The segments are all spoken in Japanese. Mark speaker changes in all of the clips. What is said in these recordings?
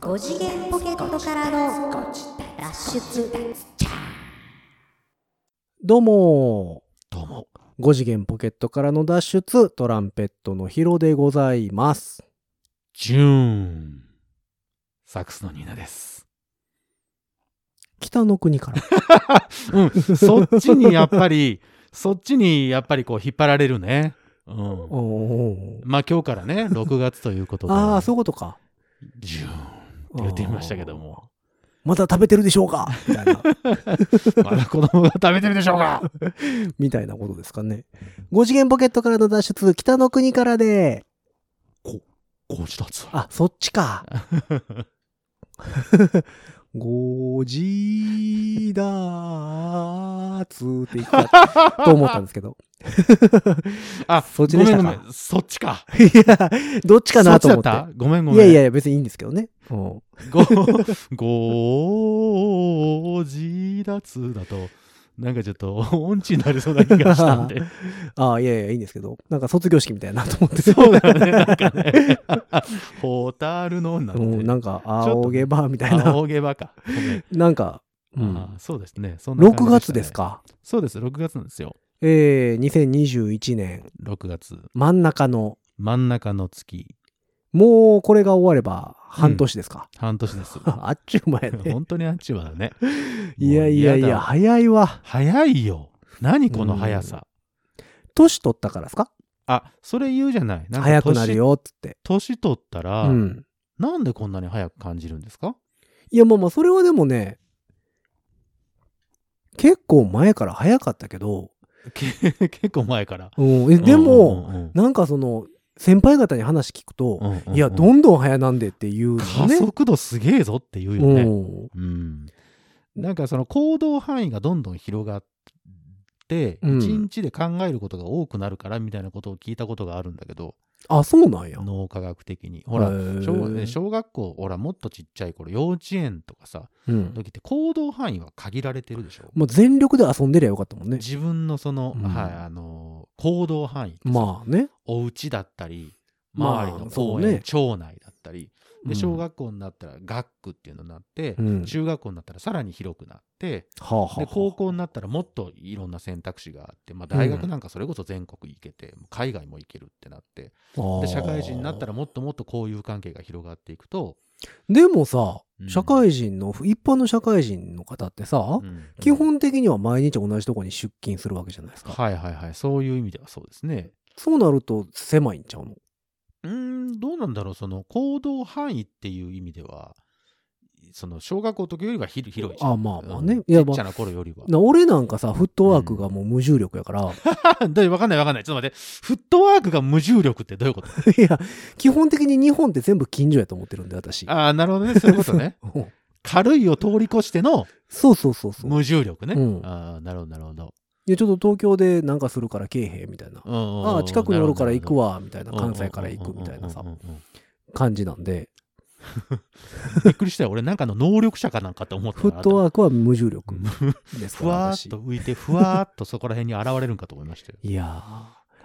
Speaker 1: 5次元ポケットからの脱出
Speaker 2: どうも
Speaker 3: どうも。
Speaker 2: ー5次元ポケットからの脱出トランペットのヒロでございます
Speaker 3: ジューン。サックスのニーナです。
Speaker 2: 北の国 から
Speaker 3: うん。そっちにやっぱり、そっちにやっぱりこう引っ張られるね。うん。
Speaker 2: おーお
Speaker 3: まあ今日からね、6月ということ
Speaker 2: ー
Speaker 3: で。
Speaker 2: ああそういうことか
Speaker 3: ジューンって言ってみましたけども。
Speaker 2: まだ食べてるでしょうかみたい な
Speaker 3: まだ子供が食べてるでしょうか
Speaker 2: みたいなことですかね5次元ポケットからの脱出北の国からで
Speaker 3: ご自立。
Speaker 2: あそっち かごじだーつーっていくかと思ったんですけど。
Speaker 3: あ、
Speaker 2: そっちでしたか
Speaker 3: ごめんごめん。そっちか。
Speaker 2: いや、どっちかなと思って
Speaker 3: そ。っちだったごめんごめ
Speaker 2: いや
Speaker 3: ん。
Speaker 2: いやいや、別にいいんですけどね。うん
Speaker 3: ご、ご自立だと、なんかちょっと音痴になりそうな気がしたんで。
Speaker 2: ああ、いやいや、いいんですけど。なんか卒業式みたいなと思って。
Speaker 3: そうだよね、なんかね。 ホタルの女っ て。
Speaker 2: うん、なんか、
Speaker 3: ちょっと
Speaker 2: 仰げば、みたい
Speaker 3: あ
Speaker 2: な。
Speaker 3: 大げばか。ごめん
Speaker 2: なんか、うん
Speaker 3: あーそうですね。そんな感じ
Speaker 2: 6
Speaker 3: し
Speaker 2: 月
Speaker 3: たね
Speaker 2: です。か。
Speaker 3: そうです、6月なんですよ。
Speaker 2: えー、2021年、
Speaker 3: 6月。
Speaker 2: 真ん中の、
Speaker 3: 真ん中の月、
Speaker 2: もうこれが終われば、半年ですか。
Speaker 3: 半年 です。
Speaker 2: あっちゅう前ね。
Speaker 3: 本当にアンチはだね。
Speaker 2: いやいやい
Speaker 3: もう
Speaker 2: や、
Speaker 3: 嫌だ。
Speaker 2: 早いわ。
Speaker 3: 早いよ。何この速さ。
Speaker 2: 年取ったからですか
Speaker 3: あ、それ言うじゃない。んか
Speaker 2: 早くなるよ、つって。
Speaker 3: 年。年取ったら、
Speaker 2: うん。
Speaker 3: なんでこんなに早く感じるんですか
Speaker 2: いや、まあまあ、それはでもね、結構前から早かったけど、
Speaker 3: け結構前から。
Speaker 2: うん、えでも、
Speaker 3: うんうんうん、
Speaker 2: なんかその、先輩方に話聞くと、
Speaker 3: うんうんうん
Speaker 2: いや、どんどん早なんでっていう
Speaker 3: 加
Speaker 2: ね。
Speaker 3: 速度すげえぞって言うよ
Speaker 2: う
Speaker 3: ね。
Speaker 2: ん。
Speaker 3: うん。なんかその行動範囲がどんどん広がって、一
Speaker 2: うん
Speaker 3: 日で考えることが多くなるからみたいなことを聞いたことがあるんだけど、
Speaker 2: あ、そうなんや。
Speaker 3: 脳科学的に。ほら、小ね
Speaker 2: ょ
Speaker 3: 小学校、ほら、もっとちっちゃい頃、幼稚園とかさ、
Speaker 2: うん。
Speaker 3: 時って行動範囲は限られてるでしょ。
Speaker 2: もう全力で遊んでりゃよかったもんね。
Speaker 3: 自分のその、
Speaker 2: うん
Speaker 3: はい、あのー行動範囲ってさ
Speaker 2: まあね。
Speaker 3: お家だったり、
Speaker 2: まあ
Speaker 3: 周りの
Speaker 2: そ
Speaker 3: 公
Speaker 2: う
Speaker 3: 園、
Speaker 2: ね
Speaker 3: 町内だったり、
Speaker 2: うん
Speaker 3: で小学校になったら学区っていうのになって、
Speaker 2: うん
Speaker 3: 中学校になったらさらに広くなって、
Speaker 2: はあはあは
Speaker 3: で
Speaker 2: あ。
Speaker 3: 高校になったらもっといろんな選択肢があって、まあ、大学なんかそれこそ全国行けて、海外も行けるってなって
Speaker 2: あー
Speaker 3: で社会人になったらもっともっと交友関係が広がっていくと、
Speaker 2: でもさ
Speaker 3: う、ん
Speaker 2: 社会人の、一般の社会人の方ってさ、
Speaker 3: うん
Speaker 2: 基本的には毎日同じとこに出勤するわけじゃないですか。
Speaker 3: はいはいはいそういう意味ではそうですね
Speaker 2: そうなると狭いんちゃうの
Speaker 3: うーんどうなんだろうその行動範囲っていう意味ではその小学校の時よりはひ広いじゃん
Speaker 2: あまあまあね
Speaker 3: うん
Speaker 2: いや
Speaker 3: ちっちゃな頃よりは
Speaker 2: な俺なんかさ、フットワークがもう無重力やから、
Speaker 3: だわかんないわかんない。ちょっと待って。フットワークが無重力ってどういうこと
Speaker 2: いや、基本的に日本って全部近所やと思ってるんで、私。。
Speaker 3: ああ、なるほどね。そういうことね
Speaker 2: うん
Speaker 3: 軽いを通り越しての
Speaker 2: そうそうそうそう。
Speaker 3: 無重力ね。
Speaker 2: うん
Speaker 3: ああ、なるほど、なるほど。
Speaker 2: いや、ちょっと東京でなんかするから来えへんみたいな。
Speaker 3: うんうんうん
Speaker 2: ああ、近くにおるから行く。わ、みたい
Speaker 3: な
Speaker 2: な。
Speaker 3: るほど
Speaker 2: 関西から行くみたいなさ
Speaker 3: うんう、んうんうんうん
Speaker 2: 感じなんで、
Speaker 3: びっくりしたよ。俺なんかの能力者かなんかと思っ て
Speaker 2: フット
Speaker 3: ー
Speaker 2: ワークは無重力
Speaker 3: ク。
Speaker 2: ですか
Speaker 3: ふ
Speaker 2: ら、
Speaker 3: わー
Speaker 2: 私
Speaker 3: っと。浮いて、ふわーっとそこら辺に現れるんかと思い ましたよ。
Speaker 2: いや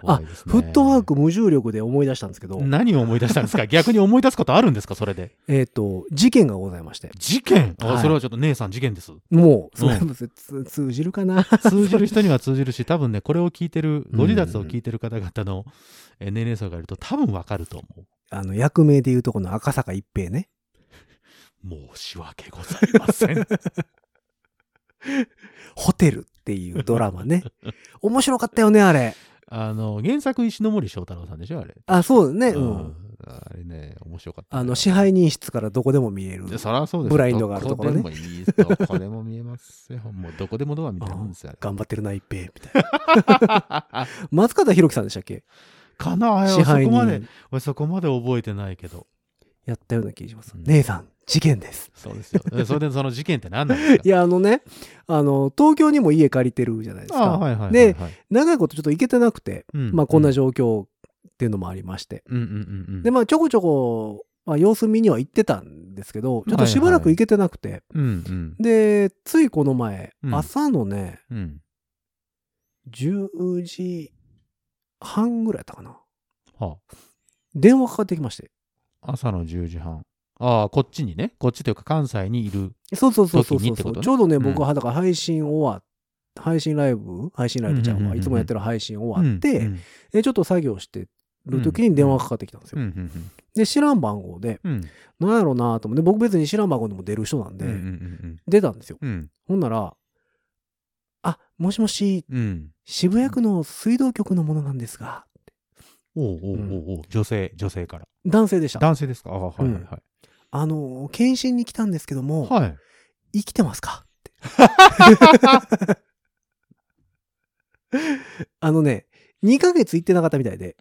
Speaker 2: ー
Speaker 3: 怖いですね
Speaker 2: フットワーク無重力で思い出したんですけど、
Speaker 3: 何を思い出したんで すか逆に思い出すことあるんですかそれで。
Speaker 2: えっと、事件がございまして、
Speaker 3: 事件あ、
Speaker 2: はい
Speaker 3: それはちょっと姉さん事件です。
Speaker 2: もう、そ
Speaker 3: うん
Speaker 2: れつ通じるかな
Speaker 3: 通じる人には通じるし、多分ね、これを聞いてる、ご自立を聞いてる方々のえ年齢層がいると、多分わかると思
Speaker 2: あの、役名で言うとこの赤坂一平ね。
Speaker 3: う。申し訳ございません。
Speaker 2: ホテルっていうドラマ ね。面白かったよね、あれ。
Speaker 3: あの、原作石ノ森章太郎さんでしょ、あれ。
Speaker 2: あ、そうね。う。
Speaker 3: うんんあれね、面白かった。
Speaker 2: あの、支配人室からどこでも見える。
Speaker 3: でそらそうです
Speaker 2: ブラインドがあるところね
Speaker 3: どこでもいいどこでも見えま すよ。もうどこでもドアみたいなもんですよ、あれ
Speaker 2: 頑張ってるな、一平。みたい な。松方弘樹さんでしたっけ
Speaker 3: かなあれ
Speaker 2: 支
Speaker 3: はそ
Speaker 2: 配
Speaker 3: こまで
Speaker 2: 人、
Speaker 3: 俺そこまで覚えてないけど。
Speaker 2: やったような気がします。
Speaker 3: うん
Speaker 2: 姉さん、事件です。
Speaker 3: そうで すよ。でそれでその事件って何なんですか
Speaker 2: いや、あのね、あの、東京にも家借りてるじゃないです
Speaker 3: ああ、
Speaker 2: か。
Speaker 3: はいはいはいはい。
Speaker 2: で長いことちょっと行けてなくて、
Speaker 3: うん、
Speaker 2: まあ、こんな
Speaker 3: うん
Speaker 2: 状況っていうのもありまして。
Speaker 3: うんうんうん。
Speaker 2: で、まあ、ちょこちょこ、まあ、様子見には行ってたんですけど、ちょっとしばらく行けてなくて、
Speaker 3: うんうん。
Speaker 2: で、ついこの前、
Speaker 3: うん
Speaker 2: 朝のね、
Speaker 3: うん。
Speaker 2: 10時半ぐらいだったかな。
Speaker 3: はあ
Speaker 2: 電話かかってきまして。
Speaker 3: 朝の10時半。ああ、こっちにね、こっちというか関西にいる。
Speaker 2: そうそうそうそう
Speaker 3: 時
Speaker 2: そう
Speaker 3: にって
Speaker 2: そ
Speaker 3: こ
Speaker 2: う、
Speaker 3: とね
Speaker 2: ちょうどね、
Speaker 3: うん
Speaker 2: 僕はだから配信終わっ配信ライブ配信ライブちゃん
Speaker 3: うんうんうん
Speaker 2: は
Speaker 3: うん
Speaker 2: いつもやってる配信終わって、
Speaker 3: うんうん
Speaker 2: でちょっと作業してる時に電話がかかってきたんですよ。
Speaker 3: うんうん
Speaker 2: で、知らん番号で、
Speaker 3: うんうん
Speaker 2: なんやろうなと思って、僕別に知らん番号でも出る人なんで、
Speaker 3: うんうん
Speaker 2: 出たんですよ。
Speaker 3: うんうん
Speaker 2: ほんなら、あ、もしもし、
Speaker 3: うん
Speaker 2: 渋谷区の水道局のものなんですが、
Speaker 3: おうおうおうおう女性女性から
Speaker 2: 男性でした。
Speaker 3: 男性ですかああはいはいは
Speaker 2: あの、検診に来たんですけども、
Speaker 3: いはい
Speaker 2: 生きてますかって。あのね、2ヶ月行ってなかったみたいで、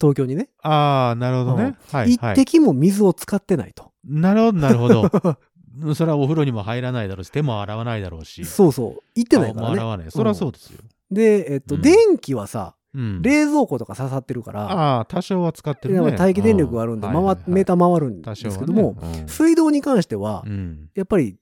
Speaker 2: 東京にね。
Speaker 3: ああなるほどねはい
Speaker 2: 一
Speaker 3: はい
Speaker 2: 滴も水を使ってないと。
Speaker 3: なるほどなるほ どそれはお風呂にも入らないだろうし手も洗わないだろうし
Speaker 2: そうそう。行ってないか
Speaker 3: 顔も
Speaker 2: ら
Speaker 3: 洗
Speaker 2: ね。
Speaker 3: わないそりゃそうですよ
Speaker 2: で、えっと、
Speaker 3: うん
Speaker 2: 電気はさ、
Speaker 3: うん
Speaker 2: 冷蔵庫とか刺さってるから、
Speaker 3: ああ多少は使ってる
Speaker 2: やっ
Speaker 3: ね
Speaker 2: ぱ待機電力があるんで、
Speaker 3: う
Speaker 2: 回
Speaker 3: はいはいはい
Speaker 2: メーター回るんで
Speaker 3: 多
Speaker 2: す
Speaker 3: 少はね
Speaker 2: けども、
Speaker 3: うん
Speaker 2: 水道に関しては
Speaker 3: う、ん
Speaker 2: やっぱり、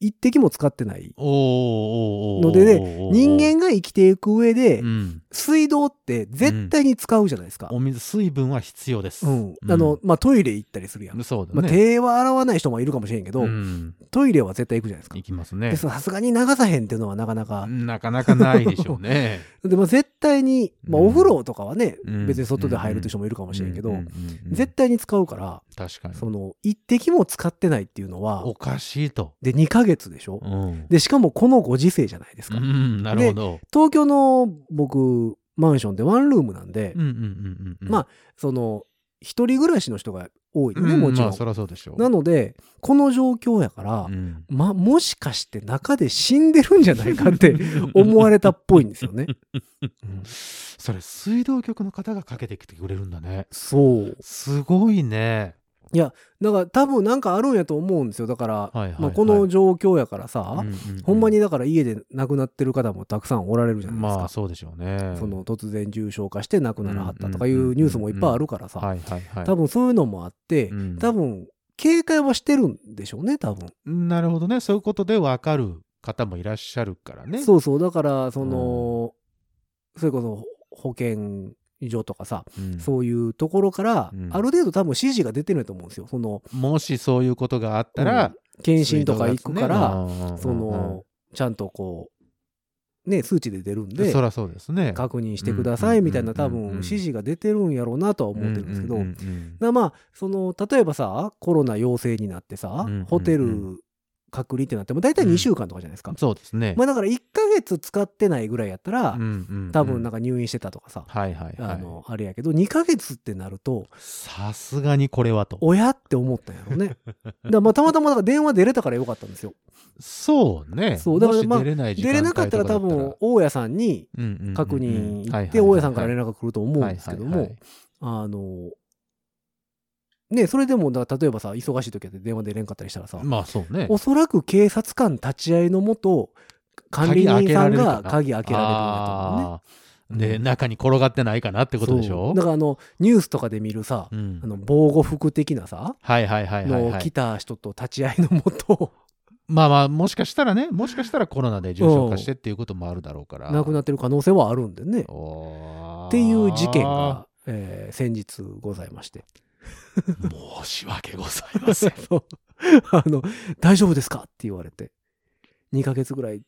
Speaker 2: 一滴も使ってない。
Speaker 3: おうおうおうおう
Speaker 2: のでね
Speaker 3: おうおうおう
Speaker 2: 人間が生きていく上で
Speaker 3: う、ん
Speaker 2: 水道って絶対に使うじゃないですか。
Speaker 3: お水水分は必要です
Speaker 2: うん。あの、まあ、トイレ行ったりするやん。
Speaker 3: そうだね
Speaker 2: まあ、手は洗わない人もいるかもしれんけど、
Speaker 3: うん
Speaker 2: トイレは絶対行くじゃないですか
Speaker 3: い。きますね
Speaker 2: で、そのさすがに流さへんっていうのはなかなか。
Speaker 3: なかなかないでしょ うね。
Speaker 2: で、まあ、絶対に、まあ、
Speaker 3: うん
Speaker 2: お風呂とかはね、
Speaker 3: うん
Speaker 2: 別に外で入るという人もいるかもしれんけど、
Speaker 3: うんうんうんうん
Speaker 2: 絶対に使うから、
Speaker 3: 確かに。
Speaker 2: その、一滴も使ってないっていうのは
Speaker 3: お、かしいと。
Speaker 2: で、2ヶ月でしょ、
Speaker 3: うん。
Speaker 2: で、しかもこのご時世じゃないです
Speaker 3: う
Speaker 2: か。
Speaker 3: ん、なるほど。
Speaker 2: 東京の僕、マンションってワンルームなんで、
Speaker 3: うんうんうんうん。
Speaker 2: まあその、一人暮らしの人が多いの
Speaker 3: うん、
Speaker 2: ね、もちろ
Speaker 3: まあ、
Speaker 2: ん
Speaker 3: そ。りゃそうでしょう。
Speaker 2: なので、この状況やから、
Speaker 3: うん
Speaker 2: ま、もしかして中で死んでるんじゃないかって 思われたっぽいんですよね。うん
Speaker 3: それ、水道局の方がかけてきてくれるんだね。
Speaker 2: そう。
Speaker 3: すごいね。
Speaker 2: だから多分なんかあるんやと思うんですよ。だから、
Speaker 3: いはいはい
Speaker 2: まあ、この状況やからさ、
Speaker 3: うんうんうん
Speaker 2: ほんまにだから家で亡くなってる方もたくさんおられるじゃないですか。
Speaker 3: まあ、そうでしょうね。
Speaker 2: その突然重症化して亡くならはったとかいうニュースもいっぱいあるからさ、
Speaker 3: はいはいはい。
Speaker 2: 多分そういうのもあって、
Speaker 3: うん
Speaker 2: 多分警戒はしてるんでしょうね、多分。
Speaker 3: なるほどね。そういうことで分かる方もいらっしゃるからね。
Speaker 2: そうそう、だから、その、それこそ保健所とかさ、
Speaker 3: うん
Speaker 2: そういうところから、
Speaker 3: うん
Speaker 2: ある程度多分指示が出てると思うんですよ。その、
Speaker 3: もしそういうことがあったら、
Speaker 2: 検診とか行くから、
Speaker 3: 水道がね
Speaker 2: そ、の、ちゃんとこう、ね、数値で出るん
Speaker 3: うんうん
Speaker 2: で
Speaker 3: そ、らそうですね。
Speaker 2: 確認してくださいみたいな
Speaker 3: うんうんう
Speaker 2: 多
Speaker 3: んうん
Speaker 2: 分指示が出てるんやろうなとは思ってるんですけど、
Speaker 3: う
Speaker 2: だ
Speaker 3: ん
Speaker 2: か
Speaker 3: うん
Speaker 2: らまあ、その、例えばさ、コロナ陽性になってさ
Speaker 3: うんうんうん、
Speaker 2: ホテル隔離ってなっても、大体2週間とかじゃないです
Speaker 3: う
Speaker 2: か
Speaker 3: ん。そうですね。
Speaker 2: まあだから1ヶ月使ってないぐらいやったら、多分なん
Speaker 3: か、
Speaker 2: か入院してたとかさ、
Speaker 3: はいはいはい。
Speaker 2: あの、あれやけど、2ヶ月ってなると、
Speaker 3: さすがにこれはと。
Speaker 2: 親って思ったんやろ ね。だからまあたまたまだから電話出れたからよかったんですよ。
Speaker 3: そうね。
Speaker 2: そうだからまあ
Speaker 3: もし出れない時
Speaker 2: 出
Speaker 3: 間
Speaker 2: れ
Speaker 3: 帯
Speaker 2: なかったら多
Speaker 3: と
Speaker 2: 分、大家さんに
Speaker 3: うんうんうんうん
Speaker 2: 確認行
Speaker 3: はいはい
Speaker 2: っ
Speaker 3: はい
Speaker 2: て、大家さんから連
Speaker 3: 絡
Speaker 2: 絡が来ると思うんですけど
Speaker 3: はいはい
Speaker 2: も
Speaker 3: はい、
Speaker 2: あの、ね、それでもだから例えばさ、忙しい時だって電話出れんかったりしたらさ、
Speaker 3: まあそうね。
Speaker 2: おそらく警察官立ち会いのもと、管理人さんが鍵開けられるんだと思うね。
Speaker 3: あーで、中に転がってないかなってことでし
Speaker 2: そ
Speaker 3: ょ
Speaker 2: うだからあのニュースとかで見るさ、
Speaker 3: うん
Speaker 2: あの防護服的なさ、
Speaker 3: はいはいはいはいは
Speaker 2: の
Speaker 3: い
Speaker 2: 来。た人と立ち会いのもと、
Speaker 3: まあまあ、もしかしたらね、もしかしたらコロナで重症化してっていうこともあるだろうから。
Speaker 2: 亡くなってる可能性はあるんでね。
Speaker 3: おー
Speaker 2: っていう事件が、えー先日ございまして。。
Speaker 3: 申し訳ございません
Speaker 2: そうあの大丈夫ですかって言われて。2ヶ月ぐらい、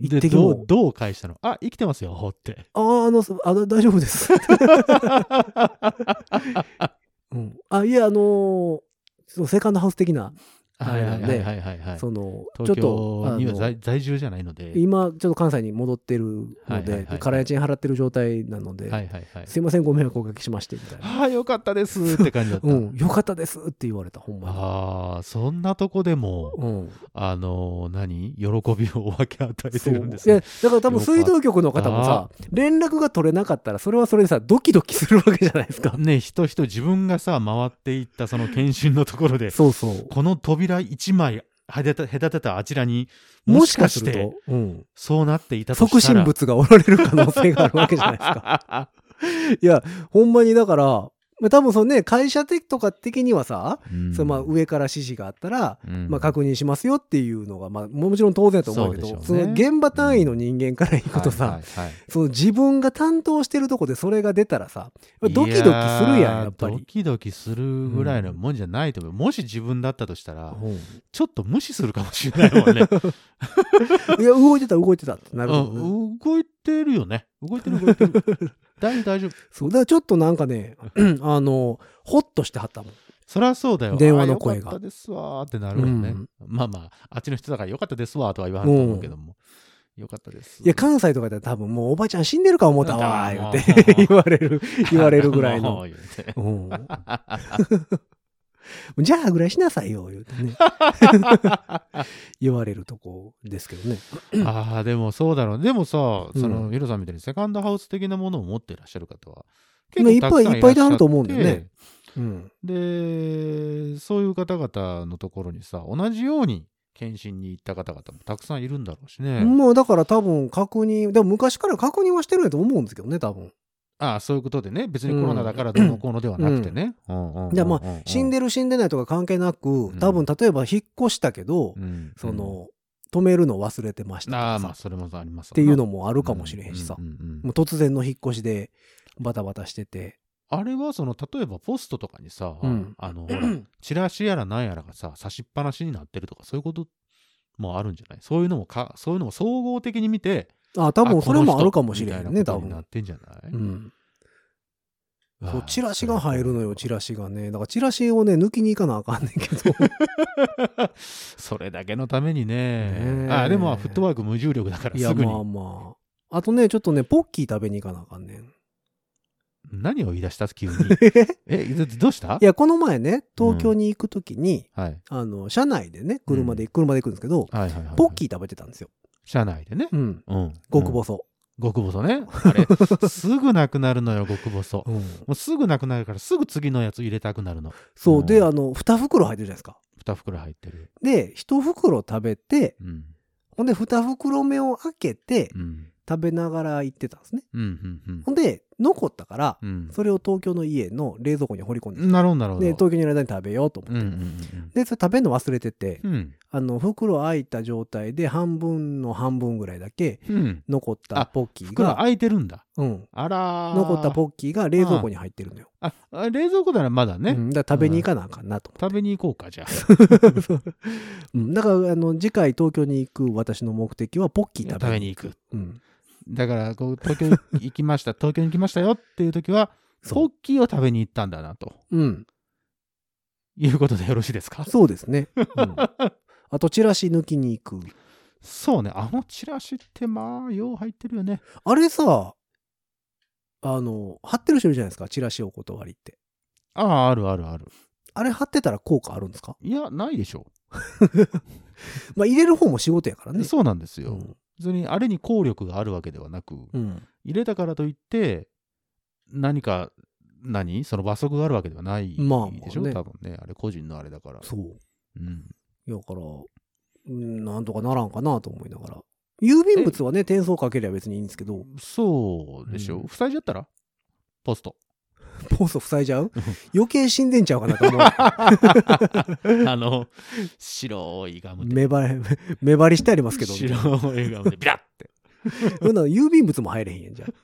Speaker 2: 一
Speaker 3: で、
Speaker 2: 滴
Speaker 3: ど
Speaker 2: も
Speaker 3: う、どう返したのあ、生きてますよ、って。
Speaker 2: あーあの、そあの大丈夫です。 うん、あ、いや、あのーそのセカンドハウス的な、あれなんで
Speaker 3: はいはいはいはいはい。
Speaker 2: その、ちょっ
Speaker 3: 東
Speaker 2: と、
Speaker 3: 京には
Speaker 2: あの
Speaker 3: 在在住じゃないので。
Speaker 2: 今、ちょっと関西に戻ってるの
Speaker 3: はいはいはい
Speaker 2: で
Speaker 3: はい、
Speaker 2: 空家賃払ってる状態なので、
Speaker 3: はいはいはい。
Speaker 2: すいません、ご迷惑おかけしまして、みたいな。
Speaker 3: ああ、よかったですって感じだった。
Speaker 2: うん、よかったですって言われた、ほんま
Speaker 3: ああ、そんなとこでも、
Speaker 2: に。うん。
Speaker 3: あの、何喜びを分け与えて
Speaker 2: そう
Speaker 3: るんです
Speaker 2: いや
Speaker 3: ね。
Speaker 2: だから多分水道局の方も
Speaker 3: よか
Speaker 2: さ連絡が取れなかったらそれはそれでさドキドキするわけじゃないです か
Speaker 3: ね、人人自分がさ、回っていったその検診のところで、
Speaker 2: そうそう
Speaker 3: この扉一枚隔てた隔てたあちらに、も
Speaker 2: も
Speaker 3: し
Speaker 2: し
Speaker 3: か
Speaker 2: か
Speaker 3: し
Speaker 2: す
Speaker 3: て
Speaker 2: ると、うん、
Speaker 3: そうなっていたと
Speaker 2: 即
Speaker 3: したら
Speaker 2: 身 仏がおられる可能性があるわけじゃないですかいやほんまにだからまあ、多分そのね、会社的とか的にはさ、
Speaker 3: うん
Speaker 2: そのまあ上から指示があったら、
Speaker 3: うん
Speaker 2: まあ、確認しますよっていうのが、まあ、もちろん当然だと思うけど
Speaker 3: そうでし
Speaker 2: そ
Speaker 3: ょうね
Speaker 2: の現場単位の人間から言うことさ、
Speaker 3: はいはいはい
Speaker 2: その自分が担当してるとこでそれが出たらさドキドキするやん
Speaker 3: いー
Speaker 2: やっぱ
Speaker 3: ド
Speaker 2: り。
Speaker 3: キドキするぐらいのもんじゃないと思う、もし自分だったとしたら
Speaker 2: う
Speaker 3: ちょっと無視するかもしれないもんね
Speaker 2: んいや動いてた動いてたってなるほど、ね
Speaker 3: うん動いてるよね動いてる動いてる大丈夫大丈夫
Speaker 2: そうだからちょっとなんか ねあのホッとしてはったもん
Speaker 3: そりゃそうだよ
Speaker 2: 電話の声が
Speaker 3: あーよかったですわーってなるよね、
Speaker 2: うん
Speaker 3: まあまああっちの人だからよかったですわーとは言わないと思うけども、よかったです
Speaker 2: いや関西とかだったら多分もうおばちゃん死んでるか思ったわ
Speaker 3: うん
Speaker 2: ー言って
Speaker 3: うん
Speaker 2: 言われる言われるぐらい
Speaker 3: も
Speaker 2: の
Speaker 3: う言うて
Speaker 2: うん じゃあぐらいしなさいよ言うてね 言われるとこですけどね
Speaker 3: ああでもそうだろうでもさ
Speaker 2: うん
Speaker 3: そのヒロさんみたいにセカンドハウス的なものを持っていらっしゃる方は
Speaker 2: まあ
Speaker 3: 結構たくさん
Speaker 2: いっぱいいっぱいいらっしゃると思うんだ
Speaker 3: で
Speaker 2: よねうん
Speaker 3: でそういう方々のところにさ同じように検診に行った方々もたくさんいるんだろうしね、
Speaker 2: まあだから多分確認でも昔から確認はしてるんやと思うんですけどね多分
Speaker 3: ああそういうことでね別にコロナだからどうのこうのではなくてね
Speaker 2: でまあ死ん
Speaker 3: で、
Speaker 2: でる死んでないとか関係なく
Speaker 3: ん
Speaker 2: 多分例えば引っ越したけど、
Speaker 3: うん
Speaker 2: そ、の止めるの忘れてましたと
Speaker 3: ああ
Speaker 2: かさ
Speaker 3: まあ
Speaker 2: っ
Speaker 3: それもありますわな
Speaker 2: ていうのもあるかもしれへんしさ
Speaker 3: う、んうんうんうん
Speaker 2: もう突然の引っ越しでバタバタしてて、
Speaker 3: あれはその例えばポストとかにさ、
Speaker 2: うん
Speaker 3: あ のほらチラシやらなんやらがさ差しっぱなしになってるとかそういうこともあるんじゃないそういうのもかそういうのも総合的に見て
Speaker 2: ああ多分
Speaker 3: あ
Speaker 2: それもあるかもしれへ
Speaker 3: この
Speaker 2: ん
Speaker 3: 人み
Speaker 2: ね
Speaker 3: たい
Speaker 2: 多
Speaker 3: なことになっ
Speaker 2: 分。、
Speaker 3: てんじゃないう
Speaker 2: ん、
Speaker 3: わあ
Speaker 2: そうチラシが入るのよチ
Speaker 3: ラ
Speaker 2: ラシがねだからチラシをね抜きに行かなあかんねん けど
Speaker 3: シ それだけのためにね
Speaker 2: ねえ
Speaker 3: あでもまあフットワーク無重力だから
Speaker 2: いや
Speaker 3: すぐに、
Speaker 2: まあまああとねちょっとねポッキー食べに行かなあかんねん
Speaker 3: 何を言い出した 急に
Speaker 2: え
Speaker 3: えどどうした
Speaker 2: いや、この前ね、東京に行くときに、
Speaker 3: はい、
Speaker 2: あの、車内でね、車で、車で行くんですけど、
Speaker 3: はいはいはいはい
Speaker 2: ポッキー食べてたんですよ。
Speaker 3: 車内でね、
Speaker 2: うん。
Speaker 3: うん、
Speaker 2: 極細。
Speaker 3: 極細ね。あれ、 すぐなくなるのよ、極細。も
Speaker 2: うん
Speaker 3: うすぐなくなるから、すぐ次のやつ入れたくなるの。
Speaker 2: そう。で、
Speaker 3: うん
Speaker 2: あの、2袋入ってるじゃないですか。
Speaker 3: 2袋入ってる。
Speaker 2: で、1袋食べて、
Speaker 3: うん。
Speaker 2: ほんで、2袋目を開けて
Speaker 3: う、ん。
Speaker 2: 食べながら行ってたんですね。
Speaker 3: うん。うん。
Speaker 2: ほんで、残ったから、
Speaker 3: うん。
Speaker 2: それを東京の家の冷蔵庫に放り込んで
Speaker 3: うん。なるほど、なるほど。
Speaker 2: で、東京にいる間に食べようと思
Speaker 3: うん。う
Speaker 2: って。
Speaker 3: ん。
Speaker 2: で、それ食べるの忘れてて、
Speaker 3: うん。うん
Speaker 2: あの、袋開いた状態で、半分の半分ぐらいだけ、
Speaker 3: うん。
Speaker 2: 残った
Speaker 3: あ
Speaker 2: ポッキー
Speaker 3: 袋
Speaker 2: が、
Speaker 3: 開いてるんだ。
Speaker 2: うん、
Speaker 3: あらー。
Speaker 2: 残ったポッキーが冷蔵庫に入ってるのよ。
Speaker 3: あ、あ冷蔵庫ならまだね。
Speaker 2: うん、だから食べに行かなあかんなと思
Speaker 3: 食べに行こうか、じゃあ。
Speaker 2: って。うん、だからあの次回東京に行く私の目的はポッキー食べに行く。
Speaker 3: 食
Speaker 2: うん、
Speaker 3: だから、こう、東京行きました、東京に来ましたよっていう時は、
Speaker 2: そ
Speaker 3: ポ
Speaker 2: う
Speaker 3: ッキーを食べに行ったんだな、と
Speaker 2: うん、
Speaker 3: いうことでよろしいですか
Speaker 2: そうですね。うん、あとチラシ抜きに行く。
Speaker 3: そうね、あのチラシってまあ、よう入ってるよね。
Speaker 2: あれさあの貼ってる人いるじゃないですかチラシお断りって。
Speaker 3: ああ、あるあるある。
Speaker 2: あれ貼ってたら効果あるんですか、
Speaker 3: いや、ないでしょ
Speaker 2: まあ、入れる方も仕事やから
Speaker 3: う。
Speaker 2: ね。
Speaker 3: そうなんです
Speaker 2: う
Speaker 3: よ。
Speaker 2: ん
Speaker 3: 別にあれに効力があるわけではなく、
Speaker 2: うん
Speaker 3: 入れたからといって、何か、何その罰則があるわけではないでしょ、
Speaker 2: まあまあね
Speaker 3: 多分ね。あれ個人のあれだから。
Speaker 2: そう
Speaker 3: うん。
Speaker 2: だから、うんなんとかならんかなと思いながら。郵便物はね、転送かけりゃ別にいいんですけど、
Speaker 3: そうでしょ。
Speaker 2: うん
Speaker 3: 塞いじゃったら ポスト。
Speaker 2: ポーズ塞いじゃう余計死んでんちゃうかなと 思う。
Speaker 3: あの、白いガムで。
Speaker 2: 目張り、目張りしてありますけど。
Speaker 3: 白いガムで、ビラッて。
Speaker 2: そんなの郵便物も入れへんやんじゃん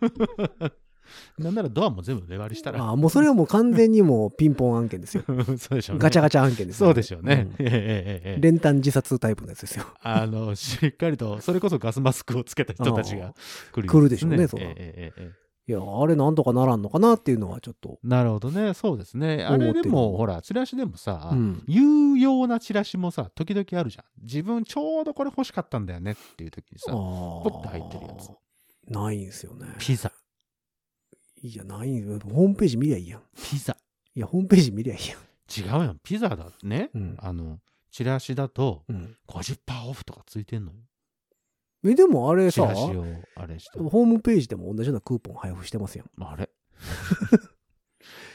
Speaker 3: なんならドアも全部目張り したら。
Speaker 2: ああ、もうそれはもう完全にもうピンポン案件ですよ。
Speaker 3: そうでしょうね。
Speaker 2: ガチャガチャ案件ですよ
Speaker 3: そうでしょうね。
Speaker 2: う
Speaker 3: え
Speaker 2: ん
Speaker 3: えええええ
Speaker 2: 練炭自殺タイプのやつ ですよ。
Speaker 3: あの、しっかりと、それこそガスマスクをつけた人たちが来る、
Speaker 2: 来るでしょうねそう
Speaker 3: え
Speaker 2: だ
Speaker 3: えええええ
Speaker 2: いや、あれなんとかならんのかなっていうのはちょっと。
Speaker 3: なるほどね。そうですね。あれ
Speaker 2: 思って
Speaker 3: で
Speaker 2: る
Speaker 3: も、ほら、チラシでもさ、
Speaker 2: うん。
Speaker 3: 有用なチラシもさ、時々あるじゃん。自分ちょうどこれ欲しかったんだよねっていう時にさ、
Speaker 2: ポ
Speaker 3: ポッて入ってるやつ。
Speaker 2: ないんすよね。
Speaker 3: ピザ、
Speaker 2: いや、ないんすよ。ホームページ見りゃいいやん。
Speaker 3: ピザ。
Speaker 2: いや、ホームページ見りゃいいやん。
Speaker 3: 違うやん。ピザだってね。
Speaker 2: うん
Speaker 3: あの、チラシだと
Speaker 2: うん
Speaker 3: 50%オフとかついてんのよ。
Speaker 2: えでもあれ
Speaker 3: チ
Speaker 2: さ
Speaker 3: ラシをあれして。
Speaker 2: ホームページでも同じようなクーポン配布してますやん
Speaker 3: あれ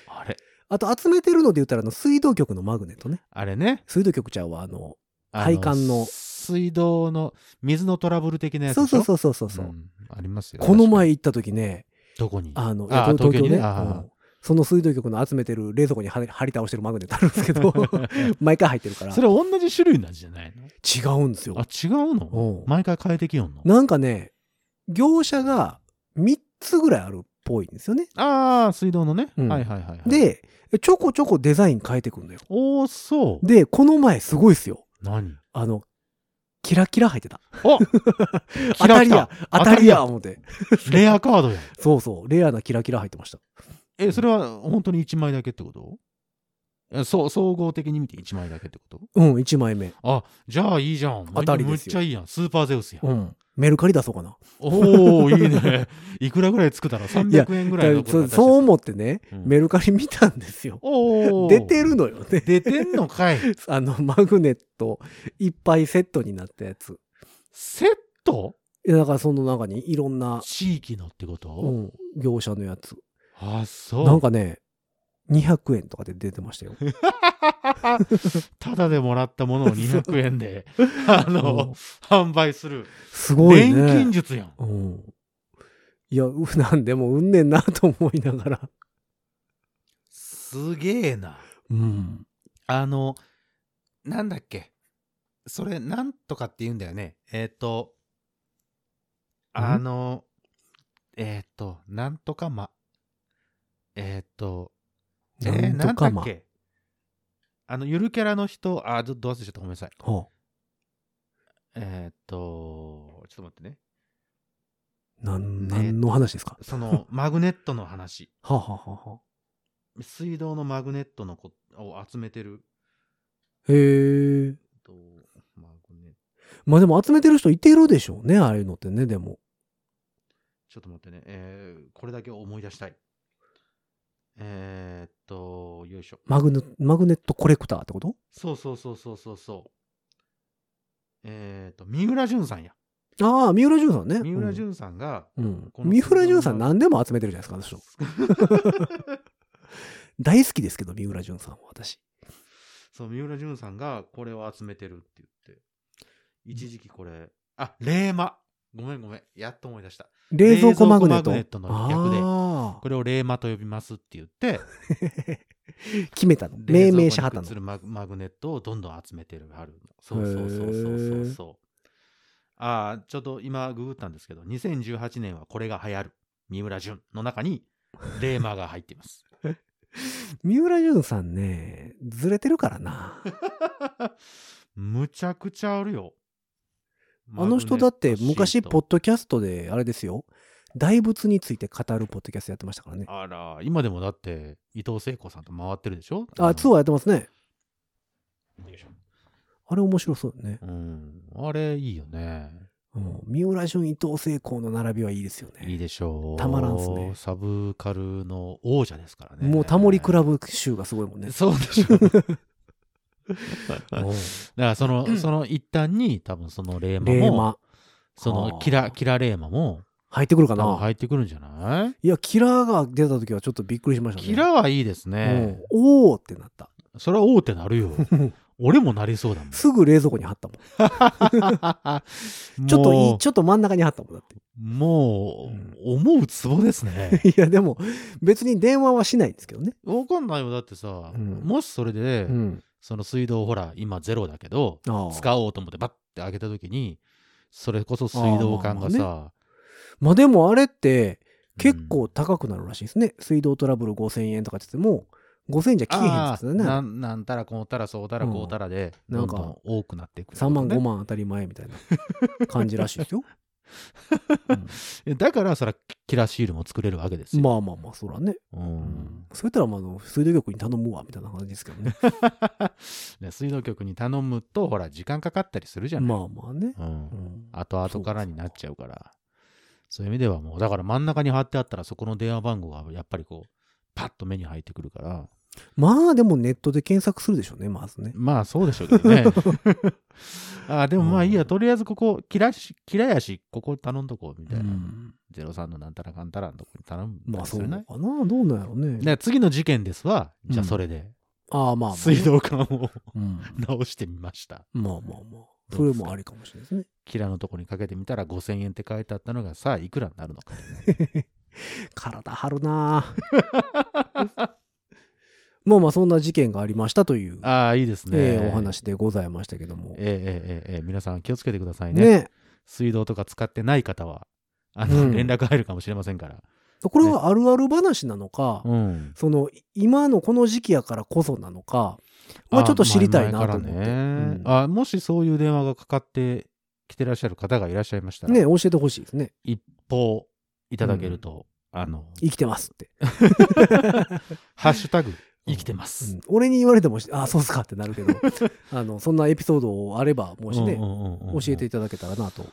Speaker 3: あれ
Speaker 2: あと集めてるので言ったらあの水道局のマグネットね
Speaker 3: あれね。
Speaker 2: 水道局ちゃんはあの
Speaker 3: あの
Speaker 2: 配管の
Speaker 3: 水道の水のトラブル的なやつ
Speaker 2: そう
Speaker 3: でし
Speaker 2: そう
Speaker 3: ょ
Speaker 2: そうそうそう、
Speaker 3: んありますよ
Speaker 2: この
Speaker 3: 確か
Speaker 2: 前行った時ね
Speaker 3: にどこに
Speaker 2: あの
Speaker 3: あ
Speaker 2: いや東
Speaker 3: 東京に
Speaker 2: 東京
Speaker 3: ね
Speaker 2: ね
Speaker 3: あ
Speaker 2: うんその水道局の集めてる冷蔵庫には張り倒してるマグネットあるんですけ ど、毎回入ってるから。
Speaker 3: それ同じ種類なんじゃないの
Speaker 2: 違うんですよ。
Speaker 3: あ、違うの
Speaker 2: うん
Speaker 3: 毎回変えてきよんの
Speaker 2: なんかね、業者が3つぐらいあるっぽいんですよね。
Speaker 3: ああ、水道のね。
Speaker 2: うん
Speaker 3: はいはいはいはい。、
Speaker 2: で、ちょこちょこデザイン変えてくんだよ。
Speaker 3: おー、そう。
Speaker 2: で、この前すごいっすよ。
Speaker 3: 何
Speaker 2: あの、キラキラ入ってた。
Speaker 3: お
Speaker 2: 当たりや、当たりや、
Speaker 3: 当
Speaker 2: 思って。
Speaker 3: レアカードや。
Speaker 2: そうそう、レアなキラキラ入ってました。
Speaker 3: え、それは本当に1枚だけってことえそう、総合的に見て1枚だけってこと
Speaker 2: うん、1枚目。
Speaker 3: あ、じゃあいいじゃん。
Speaker 2: 当たりですよ
Speaker 3: むっちゃいいやん。スーパーゼウスや。
Speaker 2: うん。メルカリ出そうかな。
Speaker 3: おおい いね。いくらぐらいつくだろう ?300 円ぐらいの
Speaker 2: だからそうそう
Speaker 3: う。
Speaker 2: 思ってね、
Speaker 3: うん
Speaker 2: メルカリ見たんですよ。
Speaker 3: おお
Speaker 2: 出てるのよね。
Speaker 3: 出てんのかい。
Speaker 2: あの、マグネットいっぱいセットになったやつ。
Speaker 3: セット
Speaker 2: いやだからその中にいろんな、
Speaker 3: 地域のってこと、
Speaker 2: うん、業者のやつ。
Speaker 3: あ、そう。
Speaker 2: なんかね、200円とかで出てましたよ。
Speaker 3: ただでもらったものを200円 で、あの、販売する。
Speaker 2: すごい
Speaker 3: 錬
Speaker 2: ね。
Speaker 3: 金術やん。
Speaker 2: うん。いや、う なんでもうんねんなと思いながら。
Speaker 3: すげえな。
Speaker 2: うん。
Speaker 3: あの、なんだっけ。それ、なんとかって言うんだよね。えっ、と、
Speaker 2: ん
Speaker 3: あの、えっ、と、なんとかま。えっ、と、えー、なんだっ
Speaker 2: は
Speaker 3: け。あの、ゆるキャラの人、あ、ちょっと忘れちゃった。ごめんなさい。
Speaker 2: あ
Speaker 3: えっ、と、ちょっと待ってね。
Speaker 2: なん、
Speaker 3: ね
Speaker 2: なんの話ですか、
Speaker 3: そ の、マグネットの話。
Speaker 2: はあ、はあはあはあ、
Speaker 3: 水道のマグネットのこを集めてる。
Speaker 2: へえ。
Speaker 3: えっとマグネ
Speaker 2: まあでも集めてる人いてるでしょうね、ああいうのってね、でも。
Speaker 3: ちょっと待ってね。えーこれだけ思い出したい。えーっと、よいしょ。
Speaker 2: マグネマグネットコレクターってこと
Speaker 3: そうそうそうそうそうそう。えーっと、三浦淳さんや。
Speaker 2: ああ、三浦淳さんね。
Speaker 3: 三浦淳さんが、
Speaker 2: うん。うん
Speaker 3: この
Speaker 2: 三浦淳さん何でも集めてるじゃないですか、あの人。大好きですけど、三浦淳さんは私。
Speaker 3: そう、三浦淳さんがこれを集めてるって言って。一時期これ、あ、レーマ。ごめんごめん。やっと思い出した。
Speaker 2: 冷蔵庫マグネット。
Speaker 3: 冷蔵庫マグネットの逆で
Speaker 2: あ
Speaker 3: これをレーマと呼びますって言って、
Speaker 2: あ。 決めたの。命名しはったの
Speaker 3: 冷蔵庫にくっつ。るマグマグネットをどんどん集めてるあるのそうそうそうそうそうそうああちょっと今ググったんですけど2018年はこれが流行る三浦淳の中にレーマが入っています
Speaker 2: 三浦淳さんね、ずれてるからな。
Speaker 3: むちゃくちゃあるよ
Speaker 2: あの人だって昔、ポッ
Speaker 3: ッ
Speaker 2: ドキャストで、あれですよ。大仏について語るポッドキャストやってましたからね。
Speaker 3: あら今でもだって伊藤聖子さんと回ってるでしょ
Speaker 2: あ、ツアーやってますね。
Speaker 3: ーよいしょ
Speaker 2: あれ面白そうよね。
Speaker 3: うんあれいいよね
Speaker 2: うん。三浦淳伊藤聖光の並びはいいですよね。
Speaker 3: いいでしょう
Speaker 2: たまらんっすね
Speaker 3: サブカルの王者ですからね
Speaker 2: もうタモリクラブ集がすごいもんね。
Speaker 3: そうでし ょう。だか
Speaker 2: うん
Speaker 3: らその、その一端に多分そのレーマも、
Speaker 2: レーマ。
Speaker 3: その
Speaker 2: あー
Speaker 3: キラ、キラレーマも
Speaker 2: 入ってくるか
Speaker 3: 多分
Speaker 2: な。
Speaker 3: 入ってくるんじゃない
Speaker 2: いや、キラーが出た時はちょっとびっくりしましたね。
Speaker 3: キラはいいですね。
Speaker 2: うんおおってなった。
Speaker 3: それは大手 なるよ。俺もなりそうだもん。
Speaker 2: すぐ冷蔵庫に貼ったもん。ちょっといい、
Speaker 3: も
Speaker 2: ちょっと真ん中に貼ったもんだって。
Speaker 3: う、もう、思うツボですね。
Speaker 2: いや、でも、別に電話はしないんですけどね。
Speaker 3: わかんないよ。だってさ、
Speaker 2: うん
Speaker 3: もしそれで、
Speaker 2: うん。
Speaker 3: その水道ほら、今ゼロだけど、
Speaker 2: ああ。
Speaker 3: 使おうと思ってバッて開けた時に、それこそ水道管が
Speaker 2: あーま
Speaker 3: さ、
Speaker 2: まあでもあれって、
Speaker 3: う
Speaker 2: 結
Speaker 3: ん
Speaker 2: 構高くなるらしいですね。水道トラブル5000円とかって言っても、5000円じゃ消えへん
Speaker 3: あ
Speaker 2: っ
Speaker 3: あ
Speaker 2: て言ってた
Speaker 3: な
Speaker 2: ね。
Speaker 3: んなんたらこうたらそうたらこうたらで、
Speaker 2: うん
Speaker 3: どんど
Speaker 2: なん
Speaker 3: ん多くなっていく、
Speaker 2: 3万5。万当たり前みたい な感じらしいですよ。
Speaker 3: だから、そら、キラーシールも作れるわけですよ。
Speaker 2: まあまあまあ、そらね。
Speaker 3: う
Speaker 2: うんん。そういったら、まああの、水道局に頼むわ、みたいな感じですけどね。
Speaker 3: ね水道局に頼むと、ほら、時間かかったりするじゃない。
Speaker 2: まあまあね。
Speaker 3: う。
Speaker 2: うんん
Speaker 3: 後々からになっちゃうから。そういう意味ではもう、だから真ん中に貼ってあったら、そこの電話番号がやっぱりこう、パッと目に入ってくるから。
Speaker 2: まあでもネットで検索するでしょうね、まずね。
Speaker 3: まあ、そうでしょうけど ね。ああ、でもまあいいや、
Speaker 2: うん
Speaker 3: とりあえずここ、キラし、キラやし、ここ頼んとこう、みたいな。
Speaker 2: うん
Speaker 3: 03のなんたらかんたらのとこに頼む。
Speaker 2: まあそう
Speaker 3: す
Speaker 2: か
Speaker 3: る
Speaker 2: な
Speaker 3: ね。
Speaker 2: どうなんやろうね。
Speaker 3: だから次の事件ですは、じゃあ
Speaker 2: うん
Speaker 3: それで、
Speaker 2: ああまあまあ、ね。
Speaker 3: 水道管を
Speaker 2: うん。
Speaker 3: 直してみました。
Speaker 2: まあまあまあ。それもありかもしれないですね。
Speaker 3: キラのとこにかけてみたら5000円って書いてあったのがさあ、いくらになるのか。
Speaker 2: 体張るなぁ まあまあそんな事件がありましたという、
Speaker 3: ああ、いいですね。
Speaker 2: ええお話でございましたけども。
Speaker 3: ええ。ええええええ皆さん気をつけてくださいね。
Speaker 2: ね
Speaker 3: 水道とか使ってない方は、あの、
Speaker 2: うん
Speaker 3: 連絡入るかもしれませんから。
Speaker 2: これはあるある話なのか、
Speaker 3: うん。
Speaker 2: その今のこの時期やからこそなのか、まあ、ちょっと知りたいなと思って。
Speaker 3: あ前々からね
Speaker 2: うん
Speaker 3: あもしそういう電話がかかってきてらっしゃる方がいらっしゃいましたら、
Speaker 2: ね教えてほしいですね。
Speaker 3: 一報いただけると、あの、
Speaker 2: 生きてますって。
Speaker 3: ハッシュタグ、生きてます。
Speaker 2: うん俺に言われてもし、あ、そうっすかってなるけ ど、あの、そんなエピソードあれば、もしね、教えていただけたらなと。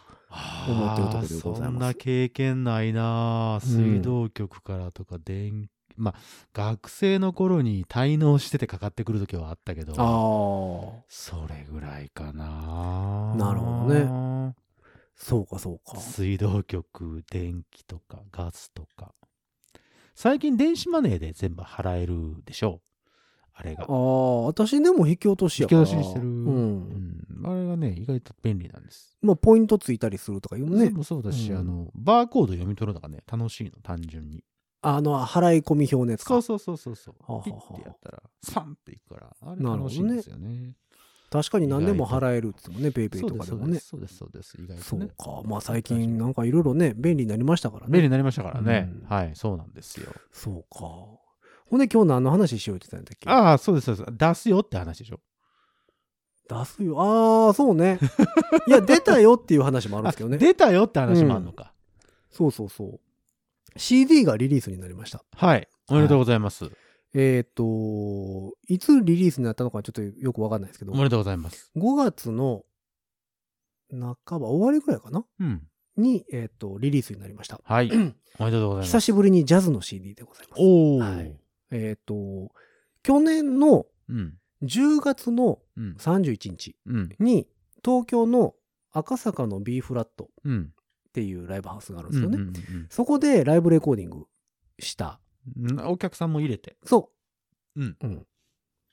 Speaker 2: 思ってるところでございます
Speaker 3: あーそんな経験ないなあ水道局からとか電、まあ学生の頃に滞納しててかかってくる時はあったけど
Speaker 2: ああ、
Speaker 3: それぐらいかなあ
Speaker 2: なるほど
Speaker 3: ね
Speaker 2: そうかそうか。
Speaker 3: 水道局電気とかガスとか最近電子マネーで全部払えるでしょあれが
Speaker 2: あ、あ、私でも引き落としやから。
Speaker 3: 引き落とししてる
Speaker 2: う。
Speaker 3: うんん、あれがね意外と便利なんです
Speaker 2: まあ、ポイントついたりするとかいう
Speaker 3: ね
Speaker 2: ね。
Speaker 3: もそうだし、
Speaker 2: うん
Speaker 3: あのバーコード読み取るのがね楽しいの単純に
Speaker 2: あの、払い込み表のやつ
Speaker 3: そ
Speaker 2: か
Speaker 3: う。そうそうそうそう。
Speaker 2: はあはあ
Speaker 3: ピ
Speaker 2: はあ
Speaker 3: ッてやったら、サンっていくから、あれ
Speaker 2: なるほどね
Speaker 3: 楽しいんですよね。
Speaker 2: 確かに何でも払えるって言ってもね、ペイペイ
Speaker 3: そう
Speaker 2: と
Speaker 3: で
Speaker 2: か
Speaker 3: す
Speaker 2: でもね。
Speaker 3: そうです、そうです、そうです意外
Speaker 2: そ
Speaker 3: と
Speaker 2: う
Speaker 3: ね。
Speaker 2: か。まあ、最近なんかいろいろね、便利になりましたからね。
Speaker 3: 便利になりましたからね。
Speaker 2: うん
Speaker 3: はい、そうなんですよ。
Speaker 2: そうか。ほんで今日何の話しようって言ってたんだっ
Speaker 3: ああ、そうです、そうです。出すよって話でしょ。
Speaker 2: け出すよ。ああ、そうね。いや、出たよっていう話もあるんですけど
Speaker 3: あ
Speaker 2: ね。
Speaker 3: 出たよって話もあるのか。
Speaker 2: そうそうそう。CD がリリースになりました。
Speaker 3: はい、おめでとうございます。
Speaker 2: えっ、と、いつリリースになったのかちょっとよくわかんないですけど、
Speaker 3: おめでとうございます。
Speaker 2: 5月の半ば、終わりぐらいかな
Speaker 3: うん。
Speaker 2: に、えっ、と、リリースになりました。
Speaker 3: はい、おめでとうございます。
Speaker 2: 久しぶりにジャズの CD でございます。
Speaker 3: おお、
Speaker 2: はいえっ、と、去年の
Speaker 3: うん。
Speaker 2: 10月の
Speaker 3: うん。
Speaker 2: 31日
Speaker 3: うん。
Speaker 2: に、東京の赤坂の B フラットっ
Speaker 3: うん。
Speaker 2: ていうライブハウスがあるん
Speaker 3: う
Speaker 2: です
Speaker 3: んう
Speaker 2: よ
Speaker 3: ん
Speaker 2: ね。
Speaker 3: うん
Speaker 2: そこでライブレコーディングした。
Speaker 3: うんお客さんも入れて。
Speaker 2: そう。
Speaker 3: うん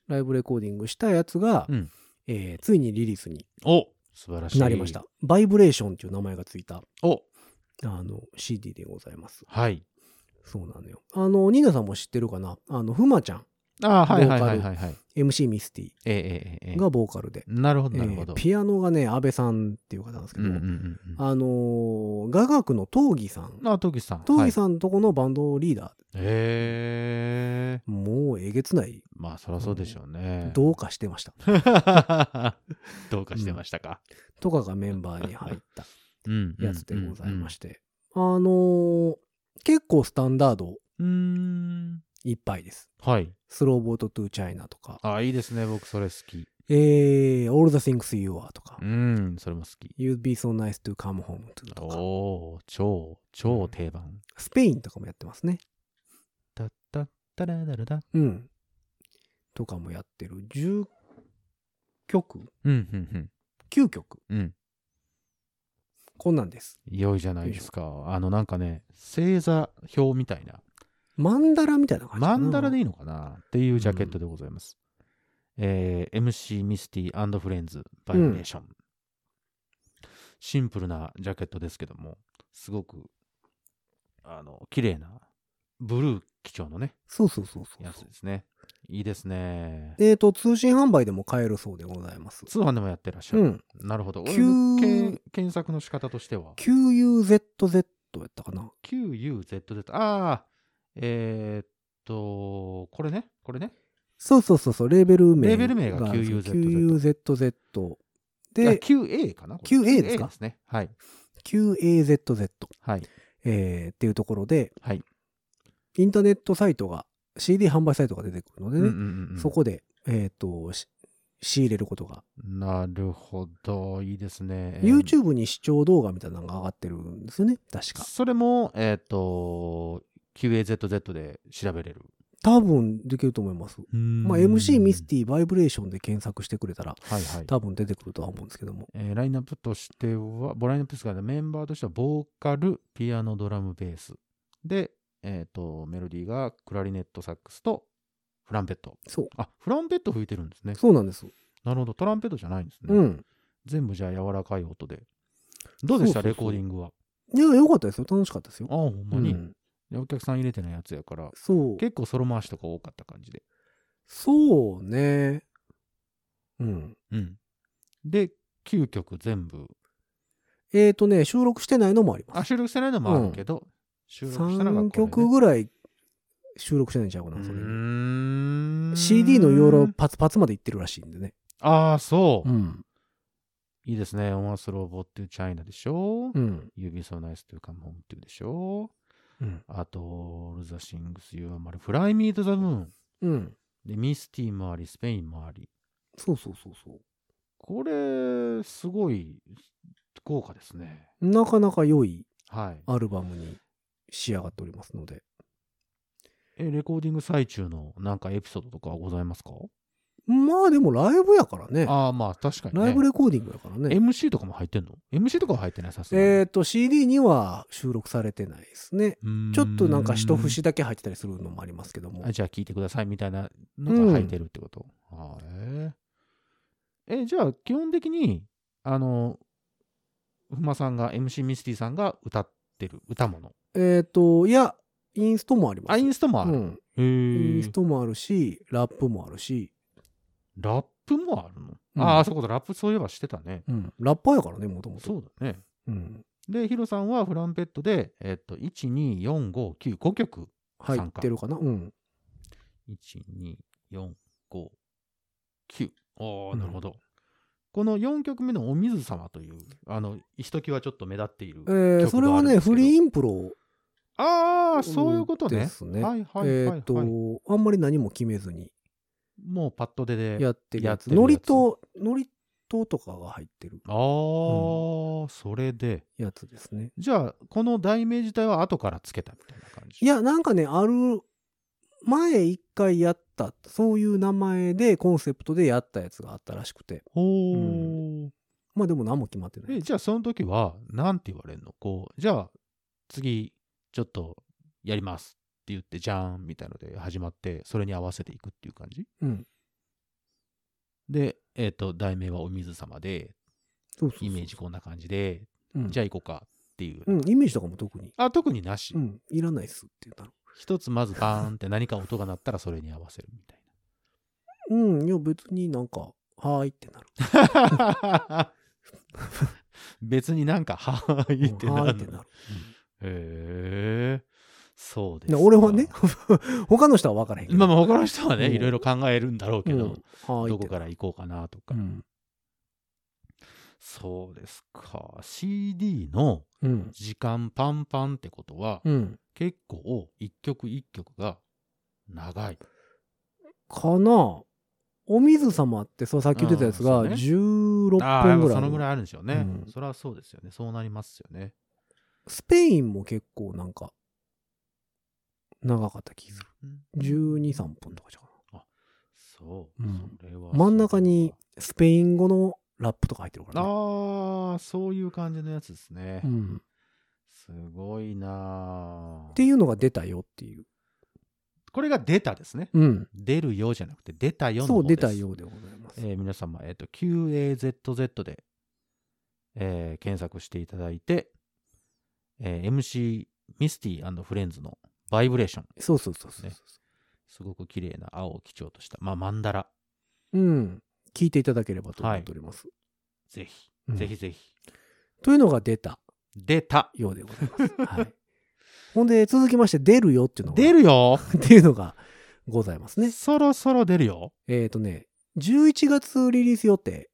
Speaker 2: ライブレコーディングしたやつが、
Speaker 3: うん
Speaker 2: えーついにリリースに
Speaker 3: お素晴らしい。
Speaker 2: なりました。。バイブレーションっていう名前がついた、
Speaker 3: お
Speaker 2: あの、CD でございます。
Speaker 3: はい。
Speaker 2: そうなのよ。あの、ニーナさんも知ってるかなあの、ふまちゃん、
Speaker 3: ああ、はい
Speaker 2: ボ
Speaker 3: は
Speaker 2: ー
Speaker 3: い
Speaker 2: カル
Speaker 3: はいはいはい。
Speaker 2: MC ミステ
Speaker 3: ええええええ
Speaker 2: ィがボーカルで。
Speaker 3: なるほど、なる
Speaker 2: え
Speaker 3: ほ
Speaker 2: ー
Speaker 3: ど。
Speaker 2: ピアノがね、安倍さんっていう方なんですけ
Speaker 3: うん
Speaker 2: ど、
Speaker 3: うんうんうん
Speaker 2: あのー雅楽の東義さん。
Speaker 3: ああ、トギさん。
Speaker 2: 東
Speaker 3: はい
Speaker 2: 義さんとこのバンドリーダー、
Speaker 3: へえ
Speaker 2: もうえげつない、
Speaker 3: まあ、そりゃそうでしょうね。
Speaker 2: どうかしてました。
Speaker 3: どうかしてましたか。
Speaker 2: とかがメンバーに入った
Speaker 3: うん。
Speaker 2: やつでございまして。あのー結構スタンダード
Speaker 3: うん。うん
Speaker 2: いっぱいです。
Speaker 3: はい。
Speaker 2: スローボートトゥーチャイナとか、
Speaker 3: ああ、いいですね。僕、それ好き。
Speaker 2: えー、All the things you are とか
Speaker 3: う、ん、それも好き。
Speaker 2: You'd be so nice to come home to とか、
Speaker 3: おお超、超定番。
Speaker 2: スペインとかもやってますね。
Speaker 3: だったったらだるだ。
Speaker 2: うん。とかもやってる。10曲
Speaker 3: うん、うん、
Speaker 2: ?9 曲
Speaker 3: うん。うん。
Speaker 2: こんなんです。
Speaker 3: 良いじゃないですか。あの、なんかね、星座表みたいな。
Speaker 2: マンダラみたいな感じかな。
Speaker 3: マンダラでいいのかなっていうジャケットでございます。えー MC ミスティフレンズバイブレーション、シンプルなジャケットですけども、すごく、あの、綺麗な、ブルー基調のね、
Speaker 2: そうそうそうそう
Speaker 3: やつですね。いいですね。
Speaker 2: えっ、と、通信販売でも買えるそうでございます。
Speaker 3: 通販でもやってらっしゃ
Speaker 2: う
Speaker 3: る。
Speaker 2: ん。
Speaker 3: なるほど。
Speaker 2: 急
Speaker 3: 俺のけ検索の仕方としては、
Speaker 2: QUZZ やったかな。
Speaker 3: QUZZ、ああ、えーっと、これね、これね。
Speaker 2: そうそうそうそう、レーベル名。
Speaker 3: レーベル名が QUZZ
Speaker 2: QUZZ。
Speaker 3: あ
Speaker 2: で、
Speaker 3: QA かなこれ
Speaker 2: QA ですか
Speaker 3: ですね。はい。
Speaker 2: QAZZ。
Speaker 3: はい。
Speaker 2: えーっていうところで、
Speaker 3: はい
Speaker 2: インターネットサイトが CD 販売サイトが出てくるので
Speaker 3: うん
Speaker 2: ね、
Speaker 3: うんうん
Speaker 2: そこで、えー、とし仕入れることが、
Speaker 3: なるほど、いいですね。えー
Speaker 2: YouTube に視聴動画みたいなのが上がってるんですよね確か
Speaker 3: それも、えっ、と、QAZZ で調べれる。
Speaker 2: 多分できると思います、ま
Speaker 3: ま
Speaker 2: あ、MC ミスティバイブレーションで検索してくれたら
Speaker 3: ィ。はいはい。
Speaker 2: 多分出てくるとは思うんですけども
Speaker 3: えーラインナップとしては、ボラインナップですから、ね、メンバーとしては、ボーカル、ピアノ、ドラム、ベース。で、えっ、と、メロディーが、クラリネット、サックスと、フランペット。
Speaker 2: そう
Speaker 3: あ、フランペット吹いてるんですね。
Speaker 2: そうなんです、
Speaker 3: なるほど、トランペットじゃないんですね。
Speaker 2: うん
Speaker 3: 全部じゃあ柔らかい音で。どうでし
Speaker 2: そうそうそ
Speaker 3: た
Speaker 2: う
Speaker 3: レコーディングは。
Speaker 2: いや良かったですよ楽しかったですよ
Speaker 3: あ、ほんまに。
Speaker 2: うん
Speaker 3: お客さん入れてないやつやから、
Speaker 2: そう。
Speaker 3: 結構ソロ回しとか多かった感じで。
Speaker 2: そうね。うん。
Speaker 3: うん。で、9曲全部。
Speaker 2: えっ、ー、とね、収録してないのもありま
Speaker 3: あ、
Speaker 2: す。
Speaker 3: 収録してないのもあるけど、収録したのがこれ、ね。
Speaker 2: 3曲ぐらい収録してないんちゃうか
Speaker 3: う
Speaker 2: な、それ。
Speaker 3: ーん。
Speaker 2: CD の容量パツパツまでいってるらしいんでね。
Speaker 3: ああ、そう、
Speaker 2: うん。
Speaker 3: いいですね。オンアスローボットゥチャイナでしょ。
Speaker 2: うん。
Speaker 3: You be so nice to come home to でしょ。
Speaker 2: うん。
Speaker 3: あと、ルザシングス You are my fly me to the moon。
Speaker 2: うん。
Speaker 3: で、ミスティもあり、スペインもあり。
Speaker 2: そうそうそうそ
Speaker 3: これ、すごい豪華ですね。
Speaker 2: う。なかなか良い
Speaker 3: はい。
Speaker 2: アルバムに仕上がっておりますので。
Speaker 3: え、レコーディング最中のなんかエピソードとかはございますか
Speaker 2: まあでもライブやからね。
Speaker 3: ああ、まあ確かにね。
Speaker 2: ライブレコーディングやからね。
Speaker 3: MC とかも入ってんの ?MC とかは入ってないさすがに。
Speaker 2: えっ、と、CD には収録されてないですね。
Speaker 3: うーん
Speaker 2: ちょっとなんか一節だけ入ってたりするのもありますけども
Speaker 3: あ。じゃあ聞いてくださいみたいなのが入ってるってこと、あーえーえじゃあ基本的にあのふまさんが MC ミスティさんが歌ってる歌物
Speaker 2: えっ、と、いや、インストもあります。
Speaker 3: あインストもある、
Speaker 2: うんイ
Speaker 3: へ
Speaker 2: ンス
Speaker 3: え
Speaker 2: トもあるし、ラップもあるし、
Speaker 3: ラップもあるの、
Speaker 2: うん
Speaker 3: ああそういうことラップそういえばしてたね
Speaker 2: うん、ラッパーやからね、もともと。
Speaker 3: そうだね
Speaker 2: うん。
Speaker 3: でヒロさんはフランペットで、えっと12459曲
Speaker 2: 入ってるかな。うん。
Speaker 3: 12459おーなるほど、この4曲目の「お水様」というあのひときわちょっと目立っている
Speaker 2: えー、それはね、フリーインプロ、
Speaker 3: ああそういうことね
Speaker 2: ですね
Speaker 3: はいはいはい、
Speaker 2: え
Speaker 3: は
Speaker 2: っ
Speaker 3: い
Speaker 2: と、あんまり何も決めずに
Speaker 3: もうパッと出で
Speaker 2: やってるやつ。
Speaker 3: やってるやつ
Speaker 2: ノリと、ノリととかが入ってる
Speaker 3: ああ、それで
Speaker 2: やつですね。
Speaker 3: じゃあこの題名自体は後からつけたみたいな感じ
Speaker 2: いや、なんかね、ある、前一回やった、そういう名前で、コンセプトでやったやつがあったらしくて。
Speaker 3: ほー
Speaker 2: まあでも何も決まってない
Speaker 3: え。じゃあその時はなんて言われるのこうじゃあ次ちょっとやりますって言ってじゃーんみたいので始まってそれに合わせていくっていう感じ
Speaker 2: うん。
Speaker 3: でえっ、と題名は「お水様で
Speaker 2: そうそうそう
Speaker 3: イメージ。こんな感じで
Speaker 2: うん、
Speaker 3: じゃあ行こうか」っていう、
Speaker 2: うん、イメージとかも特に。
Speaker 3: あ特になし、
Speaker 2: うん、いらないっすって言ったの。
Speaker 3: 一つまずバーンって何か音が鳴ったらそれに合わせるみたい
Speaker 2: うん、いや別になんか、はーいってなる。
Speaker 3: な別になんか「はーい」って
Speaker 2: うん
Speaker 3: な
Speaker 2: はーい
Speaker 3: る
Speaker 2: って
Speaker 3: の
Speaker 2: な
Speaker 3: へ
Speaker 2: る。
Speaker 3: えそうです
Speaker 2: な
Speaker 3: か
Speaker 2: 俺はね、 他の人は分からへんけど。
Speaker 3: まあまあ他の人はね
Speaker 2: うん
Speaker 3: いろいろ考えるんだろうけ
Speaker 2: うん、
Speaker 3: ど
Speaker 2: は、ーい
Speaker 3: ど
Speaker 2: って
Speaker 3: こ
Speaker 2: なる。
Speaker 3: から行こうかなとか、
Speaker 2: うん。
Speaker 3: そうですか CD の
Speaker 2: うん。
Speaker 3: 時間パンパンってことは、
Speaker 2: うん。
Speaker 3: 結構一曲一曲が長い
Speaker 2: かなお水様って、そう、さっき言ってたやつが、
Speaker 3: うんそうね
Speaker 2: 16分ぐ
Speaker 3: ああやっ
Speaker 2: ら
Speaker 3: ぱ
Speaker 2: い。
Speaker 3: そのぐらいあるんでしょうね、
Speaker 2: うん
Speaker 3: それはそうですよねそうなりますよね
Speaker 2: スペインも結構なんか、長かった気する。12、3分とかじゃうか
Speaker 3: そう、
Speaker 2: うん
Speaker 3: それは
Speaker 2: な。真ん中にスペイン語のラップとか入ってるからね。
Speaker 3: ああそういう感じのやつですね、
Speaker 2: うん、
Speaker 3: すごいなあ
Speaker 2: っていうのが出たよっていう。
Speaker 3: これが出たですね
Speaker 2: うん。
Speaker 3: 出るよじゃなくて出たよの
Speaker 2: そ
Speaker 3: 方
Speaker 2: う、
Speaker 3: です
Speaker 2: 出たようでございます。
Speaker 3: えー皆様、えっ、と、QAZZ で、えー検索していただいて、えー MC ミスティフレンズのバイブレーション。
Speaker 2: そうそうそうそうそう、
Speaker 3: ねすごく綺麗な青を基調とした、まあ、マンダラ。
Speaker 2: うん。聞いていただければと思っております。
Speaker 3: ぜひ、
Speaker 2: うん
Speaker 3: ぜひぜひ。
Speaker 2: というのが出た
Speaker 3: 出た
Speaker 2: ようでございます。は い。ほんで、続きまして、出るよっていうのが、
Speaker 3: 出るよ、
Speaker 2: っていうのがございますね。
Speaker 3: そろそろ出るよ
Speaker 2: えっ、とね、11月リリース予定。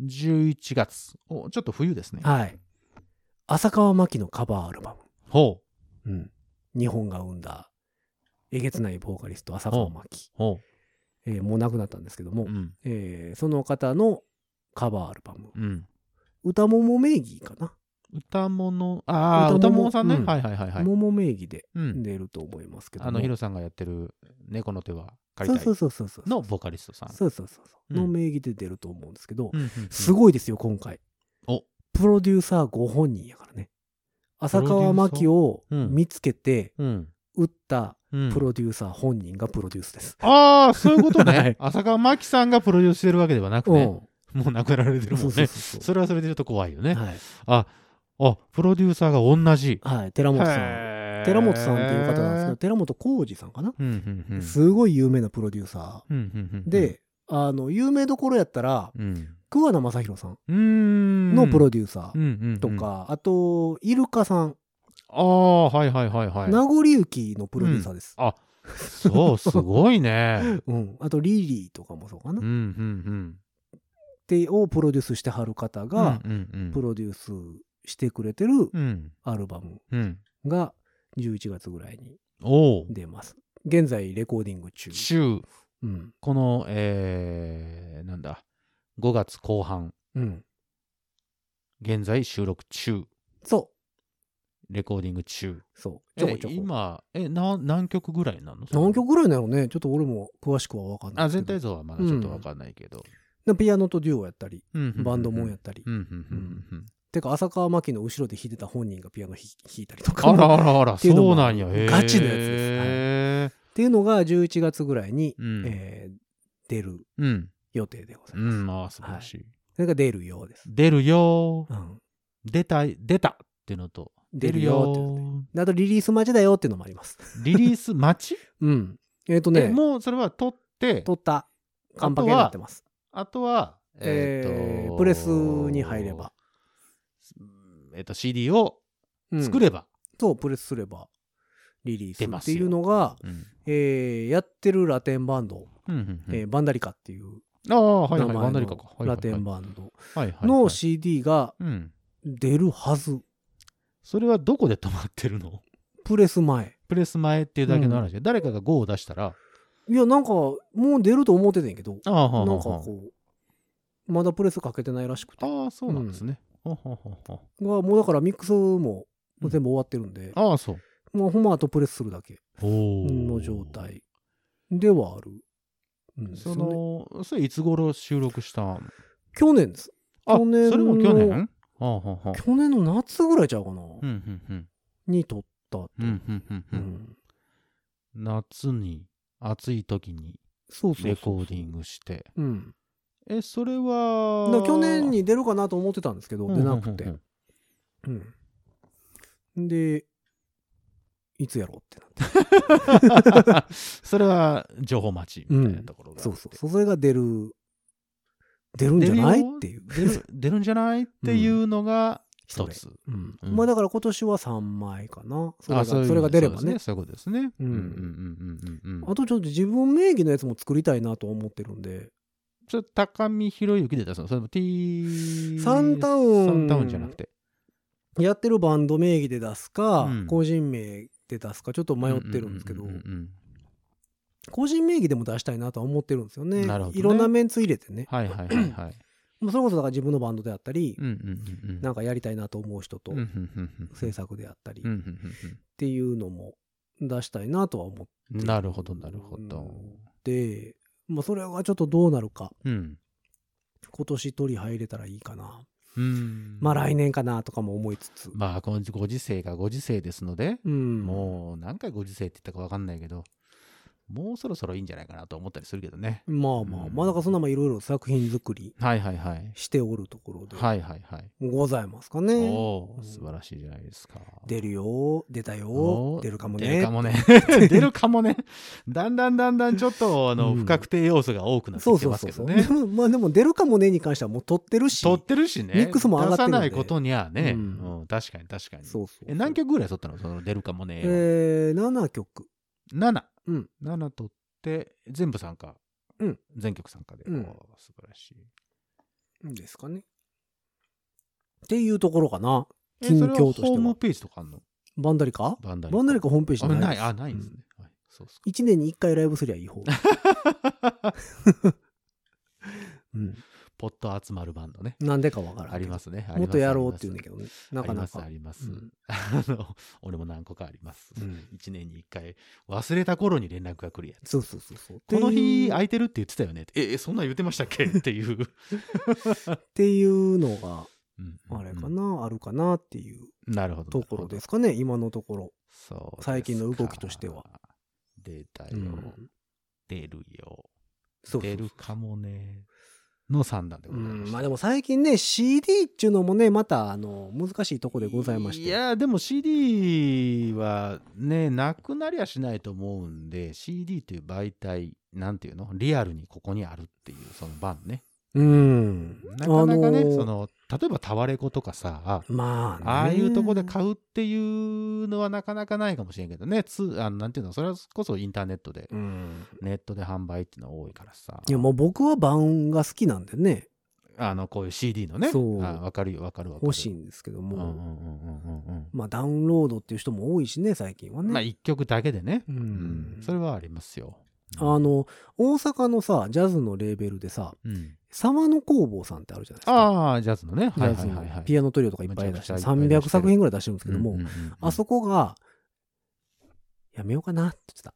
Speaker 3: !11 月。お、ちょっと冬ですね。
Speaker 2: はい。浅川真紀のカバーアルバム。
Speaker 3: ほう、
Speaker 2: うん。日本が生んだ、えげつないボーカリスト、浅川真紀。
Speaker 3: ほ
Speaker 2: えーもう亡くなったんですけども、
Speaker 3: う。うん、
Speaker 2: えーその方のカバーアルバム。
Speaker 3: うん。
Speaker 2: 歌もも名義かな。
Speaker 3: 歌物、ああ、
Speaker 2: 歌
Speaker 3: 歌
Speaker 2: 物
Speaker 3: 物さんね、
Speaker 2: うん
Speaker 3: はいはいはいはい。
Speaker 2: もも名義で
Speaker 3: うん。
Speaker 2: 出ると思いますけども。
Speaker 3: あの、ヒロさんがやってる猫の手は借
Speaker 2: そ
Speaker 3: り
Speaker 2: う
Speaker 3: たい
Speaker 2: そうそうそうそう。
Speaker 3: のボーカリストさん。
Speaker 2: そうそうそうそう。
Speaker 3: うん
Speaker 2: の名義で出ると思うんですけど、
Speaker 3: うんうんうん
Speaker 2: すごいですよ、今回。
Speaker 3: お
Speaker 2: プロデューサーご本人やからね。浅
Speaker 3: プロデュ
Speaker 2: 川
Speaker 3: ーサー
Speaker 2: 真紀を
Speaker 3: うん
Speaker 2: 見つけて、
Speaker 3: うん。
Speaker 2: 打った
Speaker 3: うん
Speaker 2: プロデューサー本人がプロデュースです。
Speaker 3: ああ、そういうこと ね。
Speaker 2: はい
Speaker 3: 浅川真紀さんがプロデュースしてるわけではなく
Speaker 2: うん。
Speaker 3: ね、もう亡くなられてるもん
Speaker 2: そ
Speaker 3: ね。
Speaker 2: う
Speaker 3: そ
Speaker 2: そうそうそう
Speaker 3: れはそれでちょっと怖いよね。
Speaker 2: はい。
Speaker 3: あ、あ、プロデューサーが同じ。
Speaker 2: はい。寺本さん。
Speaker 3: へー
Speaker 2: 寺本さんっていう方なんですけど、寺本浩二さんかな、
Speaker 3: うんうんうん
Speaker 2: すごい有名なプロデューサ
Speaker 3: うんうんうんう
Speaker 2: ー
Speaker 3: ん
Speaker 2: で、あの有名どころやったら
Speaker 3: うん
Speaker 2: 桑名正宏さん
Speaker 3: うーん
Speaker 2: のプロデューサ
Speaker 3: うんうんうん
Speaker 2: ーとか、あとイルカさん、
Speaker 3: ああはいはいはいはい
Speaker 2: 名残雪のプロデューサーです、
Speaker 3: あそうすご いね
Speaker 2: うんあとリリーとかもそうかな、
Speaker 3: うんうんうん
Speaker 2: でをプロデュースしてはる方が
Speaker 3: うんうんうん
Speaker 2: プロデュースしてくれてる
Speaker 3: うん
Speaker 2: アルバム
Speaker 3: うん
Speaker 2: が11月ぐらいに
Speaker 3: おお
Speaker 2: 出ます現在レコーディング中、
Speaker 3: 週
Speaker 2: うん
Speaker 3: このえーなんだ5月後半
Speaker 2: うん、
Speaker 3: 現在収録中
Speaker 2: そ
Speaker 3: レコーディング中
Speaker 2: うそうちょこ
Speaker 3: え
Speaker 2: ちょこ
Speaker 3: 今えな何曲ぐらいなの
Speaker 2: 何曲ぐらいなのねちょっと俺も詳しくは分かんない
Speaker 3: あ
Speaker 2: です
Speaker 3: 全
Speaker 2: けど
Speaker 3: 体像はまだちょっとわかんないけど、
Speaker 2: でピアノとデュオやったり
Speaker 3: うん
Speaker 2: バンドもんやったり、
Speaker 3: うんうんうんうん
Speaker 2: てか浅川真紀の後ろで弾いてた本人がピアノひ弾いたりとか
Speaker 3: あらあらあら
Speaker 2: ていうのも
Speaker 3: そうなんや
Speaker 2: ガチのやつです
Speaker 3: へ
Speaker 2: っていうのが11月ぐらいに、
Speaker 3: ーうん
Speaker 2: えー出る
Speaker 3: うん
Speaker 2: 予定でございます、
Speaker 3: うんああ素晴らしい、
Speaker 2: それが出るようです、
Speaker 3: 出るよー
Speaker 2: うん
Speaker 3: 出た出たっていうのと
Speaker 2: 出るよーって
Speaker 3: 出るよ
Speaker 2: であとリリース待ちだよっていうのもあります
Speaker 3: ーリリース待ち、
Speaker 2: うんえっ、とね
Speaker 3: えもうそれは撮って
Speaker 2: 撮ったカンパケになってます
Speaker 3: あとは
Speaker 2: えー
Speaker 3: ーと
Speaker 2: プレスに入れば、
Speaker 3: えっと CD を
Speaker 2: うん
Speaker 3: 作れば、
Speaker 2: そうプレスすればリリース
Speaker 3: 出ま
Speaker 2: っ
Speaker 3: す
Speaker 2: て
Speaker 3: よ
Speaker 2: いうのが、
Speaker 3: うん
Speaker 2: えーやってるラテンバンド、
Speaker 3: うんうんうん
Speaker 2: えーバンダリカっていう
Speaker 3: ああはい
Speaker 2: 名
Speaker 3: はいバ
Speaker 2: 前
Speaker 3: ンドリ
Speaker 2: の
Speaker 3: カかはいはいはい
Speaker 2: ラテンバンド
Speaker 3: はいはいは
Speaker 2: の
Speaker 3: い
Speaker 2: CD が
Speaker 3: うん
Speaker 2: 出るはず
Speaker 3: それはどこで止まってる の
Speaker 2: プレス前
Speaker 3: プレス前っていうだけの話で、誰かが5を出したら
Speaker 2: いやなんかもう出ると思ってたんやけど
Speaker 3: ああ
Speaker 2: な
Speaker 3: は
Speaker 2: ん
Speaker 3: あ
Speaker 2: か
Speaker 3: はあは
Speaker 2: こうまだプレスかけてないらしくて
Speaker 3: ああそうなんですね、はあはあはあは
Speaker 2: がもうだからミックスも
Speaker 3: うん
Speaker 2: 全部終わってるんで、
Speaker 3: あああそう
Speaker 2: まあ、ほんまあとプレスするだけ
Speaker 3: おー
Speaker 2: の状態ではあるんですよ
Speaker 3: そ
Speaker 2: ね、
Speaker 3: のそれいつ頃収録したの
Speaker 2: 去年です
Speaker 3: あ
Speaker 2: 去年の
Speaker 3: それも去年はあはあはあ
Speaker 2: 去年の夏ぐらいちゃうかな、
Speaker 3: うんうんうん
Speaker 2: に撮ったと、
Speaker 3: うんうんうん
Speaker 2: う
Speaker 3: うんん夏に暑い時に
Speaker 2: そうそうそう
Speaker 3: レコーディングして
Speaker 2: うん、
Speaker 3: えそれ
Speaker 2: だ
Speaker 3: は
Speaker 2: から去年に出るかなと思ってたんですけど出なくて、
Speaker 3: うんうん
Speaker 2: うん、でいつやろうってなって
Speaker 3: うんうん それは情報待ちみたいなところが、
Speaker 2: そうそうそうそれが出る出るんじゃないっていう、
Speaker 3: 出る出るんじゃないっていうのが一つ、
Speaker 2: うん
Speaker 3: うん
Speaker 2: まあだから今年は3枚かなそれが
Speaker 3: あういう
Speaker 2: それが出れば
Speaker 3: そう
Speaker 2: ね
Speaker 3: ですそういうことですね。
Speaker 2: うん
Speaker 3: うんうんうんうんうん。
Speaker 2: あとちょっと自分名義のやつも作りたいなと思ってるんで
Speaker 3: ちょっと高見博之で出すのそれも T
Speaker 2: サンタウン
Speaker 3: サンタウンじゃなくて。
Speaker 2: やってるバンド名義で出すか、
Speaker 3: うん
Speaker 2: 個人名で出すかちょっと迷ってるんですけど、
Speaker 3: うううんうん
Speaker 2: 個人名義でも出したいなとは思ってるんですよね
Speaker 3: なるほどね
Speaker 2: いろんなメンツ入れてね
Speaker 3: はいはいはいはい。
Speaker 2: もうそれこそだから自分のバンドであったり、
Speaker 3: うんうんうんうん。
Speaker 2: なんかやりたいなと思う人と
Speaker 3: うんうんうん
Speaker 2: 制作であったり
Speaker 3: うんう
Speaker 2: っ
Speaker 3: んうん
Speaker 2: ていうのも出したいなとは思っ
Speaker 3: うんなるほどなるほど。
Speaker 2: て、まあ、それはちょっとどうなるか
Speaker 3: うん。
Speaker 2: 今年取り入れたらいいかな
Speaker 3: うん
Speaker 2: まあ来年かなとかも思いつつ、
Speaker 3: まあこのご時世がご時世ですので、
Speaker 2: うん、
Speaker 3: もう何回ご時世って言ったかわかんないけど、もうそろそろいいんじゃないかなと思ったりするけどね。
Speaker 2: まあまあまあだからそんなまあいろいろ作品作り
Speaker 3: はいはいはい。
Speaker 2: しておるところで
Speaker 3: はいはいはい。
Speaker 2: ございますかね。
Speaker 3: おお素晴らしいじゃないですか。
Speaker 2: 出るよ、出たよ
Speaker 3: お、
Speaker 2: 出るかも
Speaker 3: 出る
Speaker 2: ね
Speaker 3: か。もね。出るかもね。だんだんだんだんちょっとあの、
Speaker 2: うん
Speaker 3: 不確定要素が多くなって
Speaker 2: そう
Speaker 3: きて
Speaker 2: そ
Speaker 3: ま
Speaker 2: う
Speaker 3: す
Speaker 2: そう
Speaker 3: け
Speaker 2: そ
Speaker 3: ど
Speaker 2: う。
Speaker 3: ね
Speaker 2: で。もまあでも出るかもねに関してはもう取ってるし。
Speaker 3: 取ってるしね。
Speaker 2: ミックスも上がってるんで
Speaker 3: 出さないことにはね。
Speaker 2: う
Speaker 3: うんん、確かに確かに。
Speaker 2: そうそうそう
Speaker 3: え何曲ぐらい取ったのその出るかもねを。
Speaker 2: えー、7曲。
Speaker 3: 7。
Speaker 2: うん
Speaker 3: 7取って、全部参加。
Speaker 2: うん
Speaker 3: 全曲参加で。
Speaker 2: うん
Speaker 3: おー素晴らしい。
Speaker 2: ですかね。っていうところかな。
Speaker 3: え
Speaker 2: 近
Speaker 3: それは
Speaker 2: 況としては
Speaker 3: ホームページとかあんの
Speaker 2: バンダリカ
Speaker 3: バンダリ
Speaker 2: バンダリカホームページ
Speaker 3: あ、
Speaker 2: ない
Speaker 3: ない、あ、ないんですね。はい、そうっすか。
Speaker 2: 1年に1回ライブすりゃいい 方。うん。
Speaker 3: ポット集まるバンドね。
Speaker 2: なんでかわからんけど。
Speaker 3: ありますね。あります
Speaker 2: もっとやろうって言うんだけ
Speaker 3: ど。
Speaker 2: どね。なかなか。
Speaker 3: あります、あ
Speaker 2: う
Speaker 3: ります。
Speaker 2: ん
Speaker 3: あの、俺も何個かあります。
Speaker 2: うん
Speaker 3: 1年に1回、忘れた頃に連絡が来るやつ。
Speaker 2: そうそうそうそう。
Speaker 3: この日
Speaker 2: っ
Speaker 3: 空いてるって言ってたよねって。え、えそんなん言ってましたっけっ ていう。
Speaker 2: ていうのが、
Speaker 3: うん
Speaker 2: あれかな、あるかなっていう
Speaker 3: なるほど。。
Speaker 2: ところですすかね、今のところ。
Speaker 3: そうですか
Speaker 2: 最近の動きとしては。
Speaker 3: 出たよ。
Speaker 2: うん
Speaker 3: 出るよ。
Speaker 2: そうそうそう
Speaker 3: 出るかもね。の3弾でご
Speaker 2: う
Speaker 3: ざいま
Speaker 2: ん
Speaker 3: す。
Speaker 2: まあでも最近ね CD っていうのもねまたあの難しいとこでございまして
Speaker 3: いやでも CD はねなくなりゃしないと思うんで CD という媒体なんていうのリアルにここにあるっていうその番ね
Speaker 2: うん
Speaker 3: なかなかね、
Speaker 2: あのー
Speaker 3: その例えばタワレコとかさ
Speaker 2: まあ、ね、
Speaker 3: ああいうとこで買うっていうのはなかなかないかもしれんけどねつあのなんていうのそれこそインターネットで
Speaker 2: うん
Speaker 3: ネットで販売っていうのは多いからさ
Speaker 2: いやもう僕は版が好きなんでね
Speaker 3: あのこういう CD のね
Speaker 2: そう
Speaker 3: あわかるよわかるわかる
Speaker 2: 欲しいんですけど
Speaker 3: うん
Speaker 2: も、
Speaker 3: うんうんうんうんうん
Speaker 2: まあダウンロードっていう人も多いしね最近はね、
Speaker 3: まあ1曲だけでね
Speaker 2: う
Speaker 3: うんんそれはありますよ
Speaker 2: あの大阪のさジャズのレーベルでさ
Speaker 3: うん
Speaker 2: 沢野工房さんってあるじゃないですか
Speaker 3: ああ、ジャズのね。
Speaker 2: ジ
Speaker 3: はい
Speaker 2: ャ
Speaker 3: は
Speaker 2: ズ
Speaker 3: い
Speaker 2: の
Speaker 3: はいはい。
Speaker 2: ピアノトリオとかいっぱい出して
Speaker 3: めちゃくちゃいっぱい出
Speaker 2: 300
Speaker 3: してる
Speaker 2: 作品ぐらい出してるんですけども、
Speaker 3: うんうんうんうん
Speaker 2: あそこがやめようかなって言ってた、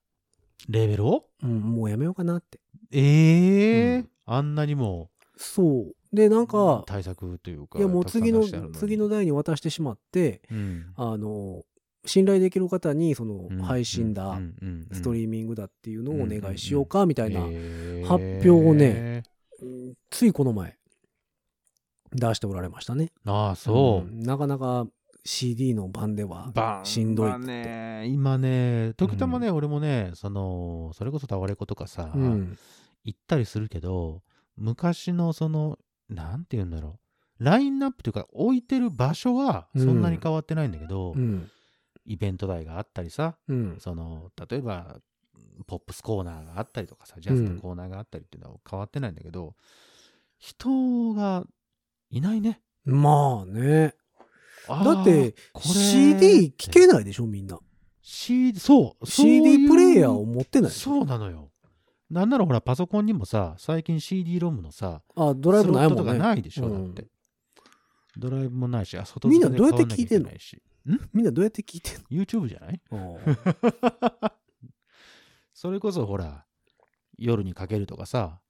Speaker 3: レーベルを
Speaker 2: うん、もうやめようかなって
Speaker 3: え
Speaker 4: う
Speaker 3: え
Speaker 4: ん
Speaker 3: あんなにも
Speaker 2: そうでなんか
Speaker 3: 対策というか。
Speaker 2: いやもう
Speaker 3: たくさん
Speaker 2: 次の
Speaker 3: 出してあるに
Speaker 2: 次の。代に渡してしまって
Speaker 3: うん
Speaker 2: あの信頼できる方にその
Speaker 3: うん
Speaker 2: 配信だ、
Speaker 3: うんうんうん
Speaker 2: ストリーミングだっていうのをお願いしようかみたいな、
Speaker 3: えー
Speaker 2: 発表をね。うんついこの前出しておられましたね
Speaker 3: ああ、そ
Speaker 2: んなかなか CD の版では
Speaker 3: う。バン
Speaker 2: しんどいって
Speaker 3: まあね今ね、時たまね、俺もね、その、それこそタワレコとかさ、
Speaker 2: うん
Speaker 3: 行ったりするけど、昔のその、なんて言うんだろう。ラインナップというか、置いてる場所はそんなに変わってないんだけど、
Speaker 2: うん
Speaker 3: イベント代があったりさ、
Speaker 2: うん
Speaker 3: その例えばポップスコーナーがあったりとかさジャズのコーナーがあったりっていうのは変わってないんだけど、人がいないね
Speaker 2: まあね
Speaker 3: あー
Speaker 2: だって
Speaker 3: これ
Speaker 2: CD 聴けないでしょみんな
Speaker 3: CD そうそうい
Speaker 2: CD
Speaker 3: う
Speaker 2: プレイヤーを持ってないでしょ
Speaker 3: そうなのよなんならほらパソコンにもさ最近 CD ロムのさ
Speaker 2: あドライブない
Speaker 3: ス
Speaker 2: も
Speaker 3: ロットと
Speaker 2: ん
Speaker 3: か
Speaker 2: ね
Speaker 3: ないでしょ、
Speaker 2: うん
Speaker 3: だってドライブもないしあ外
Speaker 2: みん
Speaker 3: 付
Speaker 2: な
Speaker 3: け
Speaker 2: どうやって聞いてんの
Speaker 3: 買わなきゃいけないし
Speaker 2: みんなどうやって聴いてん
Speaker 3: YouTube じゃない
Speaker 2: の
Speaker 3: それこそほら、夜にかけるとかさ、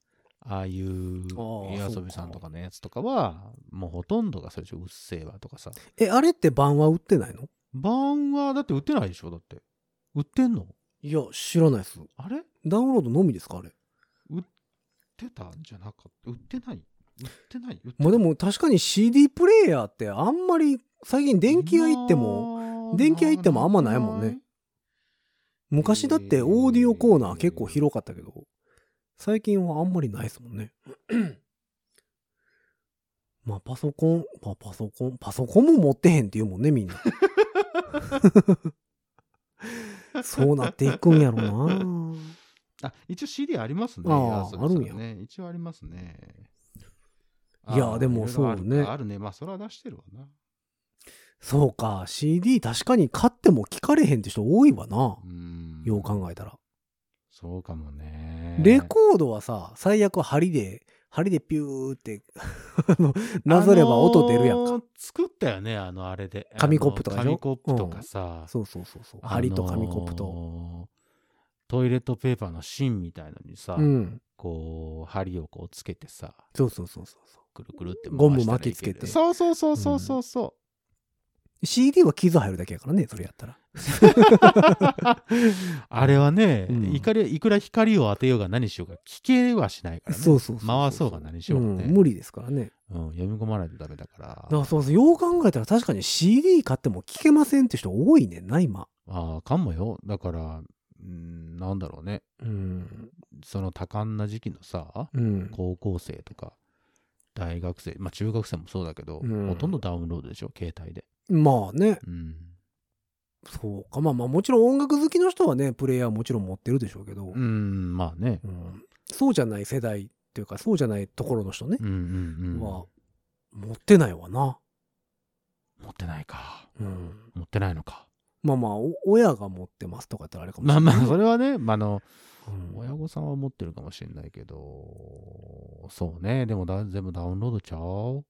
Speaker 3: ああいう
Speaker 2: ああ
Speaker 3: 夜遊びさんとかのやつとかは、もうほとんどがそれでしょ、うっせえわとかさ。
Speaker 2: えあれって版は売ってないの
Speaker 3: 版はだって売ってないでしょ、だって。売ってんの
Speaker 2: いや知らないっす
Speaker 3: あれ
Speaker 2: ダウンロードのみですかあれ
Speaker 3: 売ってたんじゃなかった売ってない売ってない売って
Speaker 2: まあ
Speaker 3: な
Speaker 2: で
Speaker 3: い
Speaker 2: も確かに CD プレイヤーってあんまり最近電気屋行っても
Speaker 3: も
Speaker 2: 電気屋行ってもあんまないもんね。昔だってオーディオコーナー結構広かったけど最近はあんまりないですもんねまあパソコン、まあ、パソコンパソコンも持ってへんって言うもんねみんなそうなっていくんやろな
Speaker 3: あ、一応 CD ありますね。
Speaker 2: ああ
Speaker 3: いやそうですよ
Speaker 2: あ
Speaker 3: ね。一応ありますね。
Speaker 2: いや
Speaker 3: ああ
Speaker 2: でもそうね
Speaker 3: いろいろあるあるね。まあ、それは出してるわな。
Speaker 2: そうか CD 確かに買っても聞かれへんって人多いわな
Speaker 3: う、ん。
Speaker 2: よう考えたら
Speaker 3: そうかもね。
Speaker 2: レコードはさ、最悪針で、針でピューって、 あのなぞれば音出るやんか。
Speaker 3: あのー作ったよね、あの、あれで。
Speaker 2: 紙コップとかでしょ
Speaker 3: 紙コップとかさ。
Speaker 2: そうそうそうそう。
Speaker 3: あのー
Speaker 2: 針と紙コップと。
Speaker 3: トイレットペーパーの芯みたいのにさ、
Speaker 2: うん。
Speaker 3: こう、針をこうつけてさ、
Speaker 2: そうそうそうそうそ
Speaker 3: くるくるって
Speaker 2: ゴム
Speaker 3: 回したら
Speaker 2: 巻きつけて。
Speaker 3: いけるそうそうそうそうそうそう
Speaker 2: CD は傷入るだけやからね、それやったら。
Speaker 3: う。 あれはね、
Speaker 2: うん
Speaker 3: いかりいくら光を当てようが何しようが聞けはしないからね。
Speaker 2: そうそうそう。
Speaker 3: 回そうが何し
Speaker 2: う
Speaker 3: ようが
Speaker 2: ん
Speaker 3: ね、
Speaker 2: 無理ですからね。
Speaker 3: うん読み込まないとダメだから。
Speaker 2: だからそうそう。よう考えたら確かに CD 買っても聞けませんって人多いねんな、今。
Speaker 3: ああ、かもよ。だから、うん、なんだろうね。
Speaker 2: うん。
Speaker 3: その多感な時期のさ、
Speaker 2: うん。
Speaker 3: 高校生とか、大学生、まあ中学生もそうだけど、
Speaker 2: うん
Speaker 3: ほとんどダウンロードでしょ、携帯で。
Speaker 2: まあね。
Speaker 3: うん。
Speaker 2: そうか。まあまあもちろん音楽好きの人はね、プレイヤーはもちろん持ってるでしょうけど。
Speaker 3: うん、まあね。
Speaker 2: うんそうじゃない世代っていうかそうじゃないところの人ね
Speaker 3: う、んうんうん。
Speaker 2: は持ってないわな、
Speaker 3: 持ってないか。
Speaker 2: うん、
Speaker 3: 持ってないのか。
Speaker 2: まあまあお親が持ってますとかやったらあれかもしれ
Speaker 3: まあ
Speaker 2: ない、
Speaker 3: まあ、それはね、まあ、あの、
Speaker 2: うん
Speaker 3: 親御さんは持ってるかもしれないけど、そうね、でもだ全部ダウンロードちゃう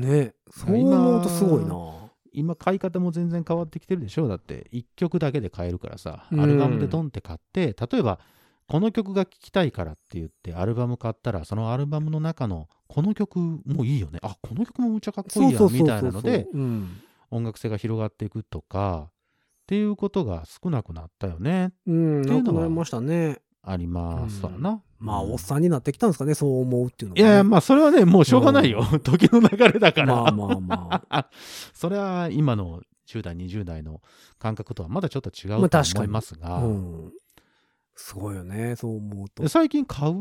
Speaker 2: ねそう思うとすごいな
Speaker 3: 今買い方も全然変わってきてるでしょだって1曲だけで買えるからさ
Speaker 2: うん
Speaker 3: アルバムでドンって買って、例えばこの曲が聴きたいからって言ってアルバム買ったらそのアルバムの中のこの曲もいいよねあこの曲もむちゃかっこいいやんみたいなので
Speaker 2: うん、
Speaker 3: 音楽性が広がっていくとかっていうことが少なくなったよね
Speaker 2: うん、
Speaker 3: ってい
Speaker 2: な
Speaker 3: うのは
Speaker 2: くなりましたね
Speaker 3: ありますわな。
Speaker 2: まあ、
Speaker 3: うん
Speaker 2: おっさんになってきたんですかね、そう思うっていうの
Speaker 3: いやいや、
Speaker 2: ま
Speaker 3: まあ、それはね、もうしょうがないよ。 時の流れだから。
Speaker 2: まあまあまあ。
Speaker 3: それは今の10代、20代の感覚とはまだちょっと違
Speaker 2: ま
Speaker 3: う
Speaker 2: あ
Speaker 3: と
Speaker 2: 確か
Speaker 3: 思
Speaker 2: に
Speaker 3: いますが、
Speaker 2: うん。すごいよね、そう思うと。
Speaker 3: で最近買う、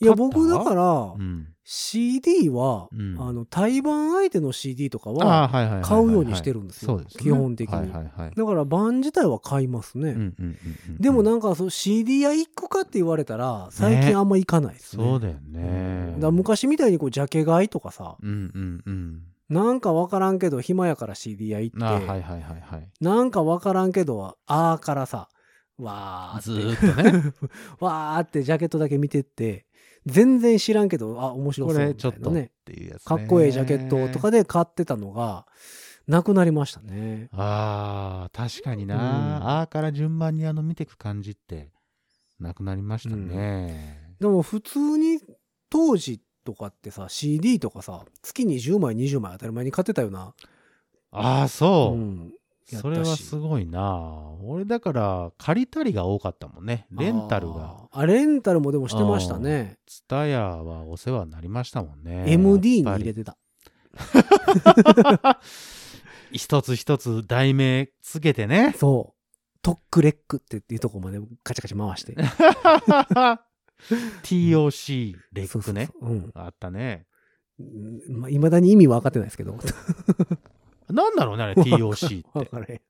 Speaker 2: いや、
Speaker 3: 買った
Speaker 2: 僕だから
Speaker 3: う、ん、
Speaker 2: CD は、
Speaker 3: うん
Speaker 2: あの、対バン相手の CD とか
Speaker 3: あ
Speaker 2: は、
Speaker 3: あはいはいはいはいはい
Speaker 2: 買うようにしてるんですよ
Speaker 3: そうですね
Speaker 2: 基本的に
Speaker 3: はいはいはい
Speaker 2: だからバン自体は買いますね。
Speaker 3: うんうんうんうん
Speaker 2: でもなんかそう CD 屋行くかって言われたら最近あんま行かないですね。
Speaker 3: そうだよ
Speaker 2: だ
Speaker 3: ね。
Speaker 2: から昔みたいにこうジャケ買いとかさ
Speaker 3: うんうんうん。
Speaker 2: なんかわからんけど暇やから CD 屋行って、
Speaker 3: ああはいはいはいはい。
Speaker 2: なんかわからんけどあーからさわーって
Speaker 5: ずーっと ね。
Speaker 2: わーってジャケットだけ見てって全然知らんけどあ面白
Speaker 3: こ
Speaker 2: そう
Speaker 3: れ
Speaker 2: み
Speaker 3: ちょ
Speaker 2: た
Speaker 3: っ
Speaker 2: いな
Speaker 3: とっ
Speaker 2: ね
Speaker 3: ていうやつ、ね。
Speaker 2: かっこええジャケットとかで買ってたのがなくなりましたね。
Speaker 3: ああ確かにな、
Speaker 2: うん
Speaker 3: ああから順番にあの見てく感じってなくなりましたね、
Speaker 2: でも普通に当時とかってさ CD とかさ月に10枚20枚当たり前に買ってたよな。
Speaker 3: ああそうう、
Speaker 2: んやったし
Speaker 3: それはすごいな俺だから借りたりが多かったもんねレンタルが
Speaker 2: あーあレンタルもでもしてましたね
Speaker 3: ツタヤはお世話になりましたもんね
Speaker 2: MD に入
Speaker 3: やっ
Speaker 2: れてた
Speaker 3: ぱり一つ一つ題名つけ てね
Speaker 2: そうトックレックっていうとこまでカチャカチャ回して
Speaker 3: TOC レ
Speaker 2: そう
Speaker 3: ッ
Speaker 2: そ
Speaker 3: ク
Speaker 2: う
Speaker 3: ね
Speaker 2: そううん
Speaker 3: あったね
Speaker 2: うんまあ、未だに意味は分かってないですけど
Speaker 3: なんだろうねあれ TOC っ
Speaker 2: 分
Speaker 3: て
Speaker 2: かれへん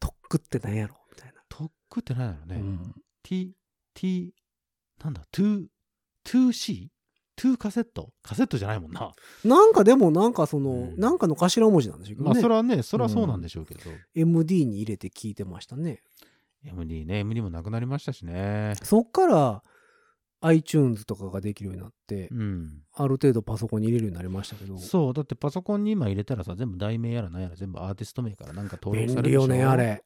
Speaker 2: トックってなんやろみたい
Speaker 3: 特区ってなんやろね、
Speaker 2: な、うん、
Speaker 3: T、T、なんだ、2、2C? 2カセットカセットじゃないもんな。
Speaker 2: なんかでもなんかその、
Speaker 3: うん
Speaker 2: なんかの頭文字なんでしょうけどね、
Speaker 3: まあ、それはね、それはそうなんでしょうけど。
Speaker 2: MD に入れて聞いてましたね
Speaker 3: MD ね、MD もなくなりましたしね。
Speaker 2: そっから iTunes とかができるようになって、
Speaker 3: うん。
Speaker 2: ある程度パソコンに入れるようになりましたけど
Speaker 3: そう、だってパソコンに今入れたらさ、全部題名やらなんやら、全部アーティスト名からなんか登録
Speaker 2: 便
Speaker 3: される
Speaker 2: 利
Speaker 3: でしょ
Speaker 2: よねあ。れ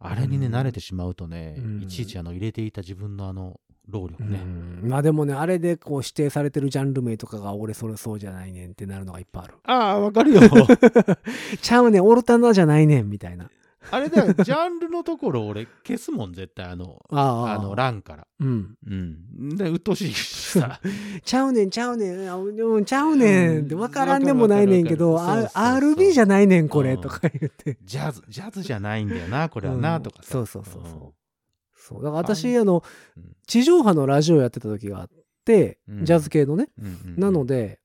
Speaker 3: あれにね、慣れてしまうとね、
Speaker 2: うん
Speaker 3: いちいちあの入れていた自分のあの、労力ね。
Speaker 2: うんまあでもねあれでこう指定されてるジャンル名とかが俺それそうじゃないねんってなるのがいっぱいある
Speaker 3: ああ、わかるよ。
Speaker 2: ちゃうねんオルタナじゃないねんみたいな
Speaker 3: あれだよ、ジャンルのところ俺消すもん、絶対、あの、
Speaker 2: ああ
Speaker 3: あの欄から。
Speaker 2: うん、
Speaker 3: うん。で、鬱陶しいしさ。
Speaker 2: ちゃうねんちゃうねんあうんちゃうねんって分からんでもないねんけど
Speaker 3: わかるわかる
Speaker 2: あ
Speaker 3: そうそうそう
Speaker 2: RB じゃないねんこれ
Speaker 3: うん
Speaker 2: とか言って
Speaker 3: ジャズ、ジャズじゃないんだよな、これはな、
Speaker 2: うん
Speaker 3: とかさ。
Speaker 2: そうそうそうそうそうだから
Speaker 3: あ
Speaker 2: 私
Speaker 3: ん
Speaker 2: あの
Speaker 3: うん
Speaker 2: 地上波のラジオやってた時があって
Speaker 3: うん
Speaker 2: ジャズ系のね
Speaker 3: うん。うん
Speaker 2: なの、で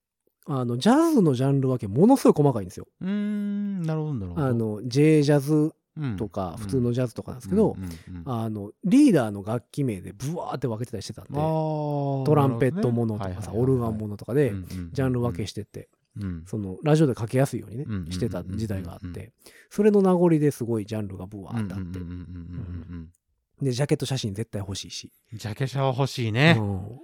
Speaker 2: あのジャズのジャンル分けものすごい細かいんですよ
Speaker 3: うんうーん、なるほど、なるほど。
Speaker 2: あの J ジャズ
Speaker 3: うん、
Speaker 2: とか
Speaker 3: うん
Speaker 2: 普通のジャズとかなんですけど、
Speaker 3: うんうんうん
Speaker 2: あのリーダーの楽器名でブワーって分けてたりしてたんでトランペットものとかさ、オルガンものとかでジャンル分け
Speaker 3: し
Speaker 2: してって、
Speaker 3: て、うん
Speaker 2: そのラジオでかけやすいようにね、
Speaker 3: うん
Speaker 2: してた時代があって、
Speaker 3: うんうん
Speaker 2: それの名残ですごいジャンルがブワーってあって、
Speaker 3: うんうんうんうんうん
Speaker 2: でジャケット写真絶対欲しいし、
Speaker 3: うんジャケシャは欲しいうね。
Speaker 2: ん。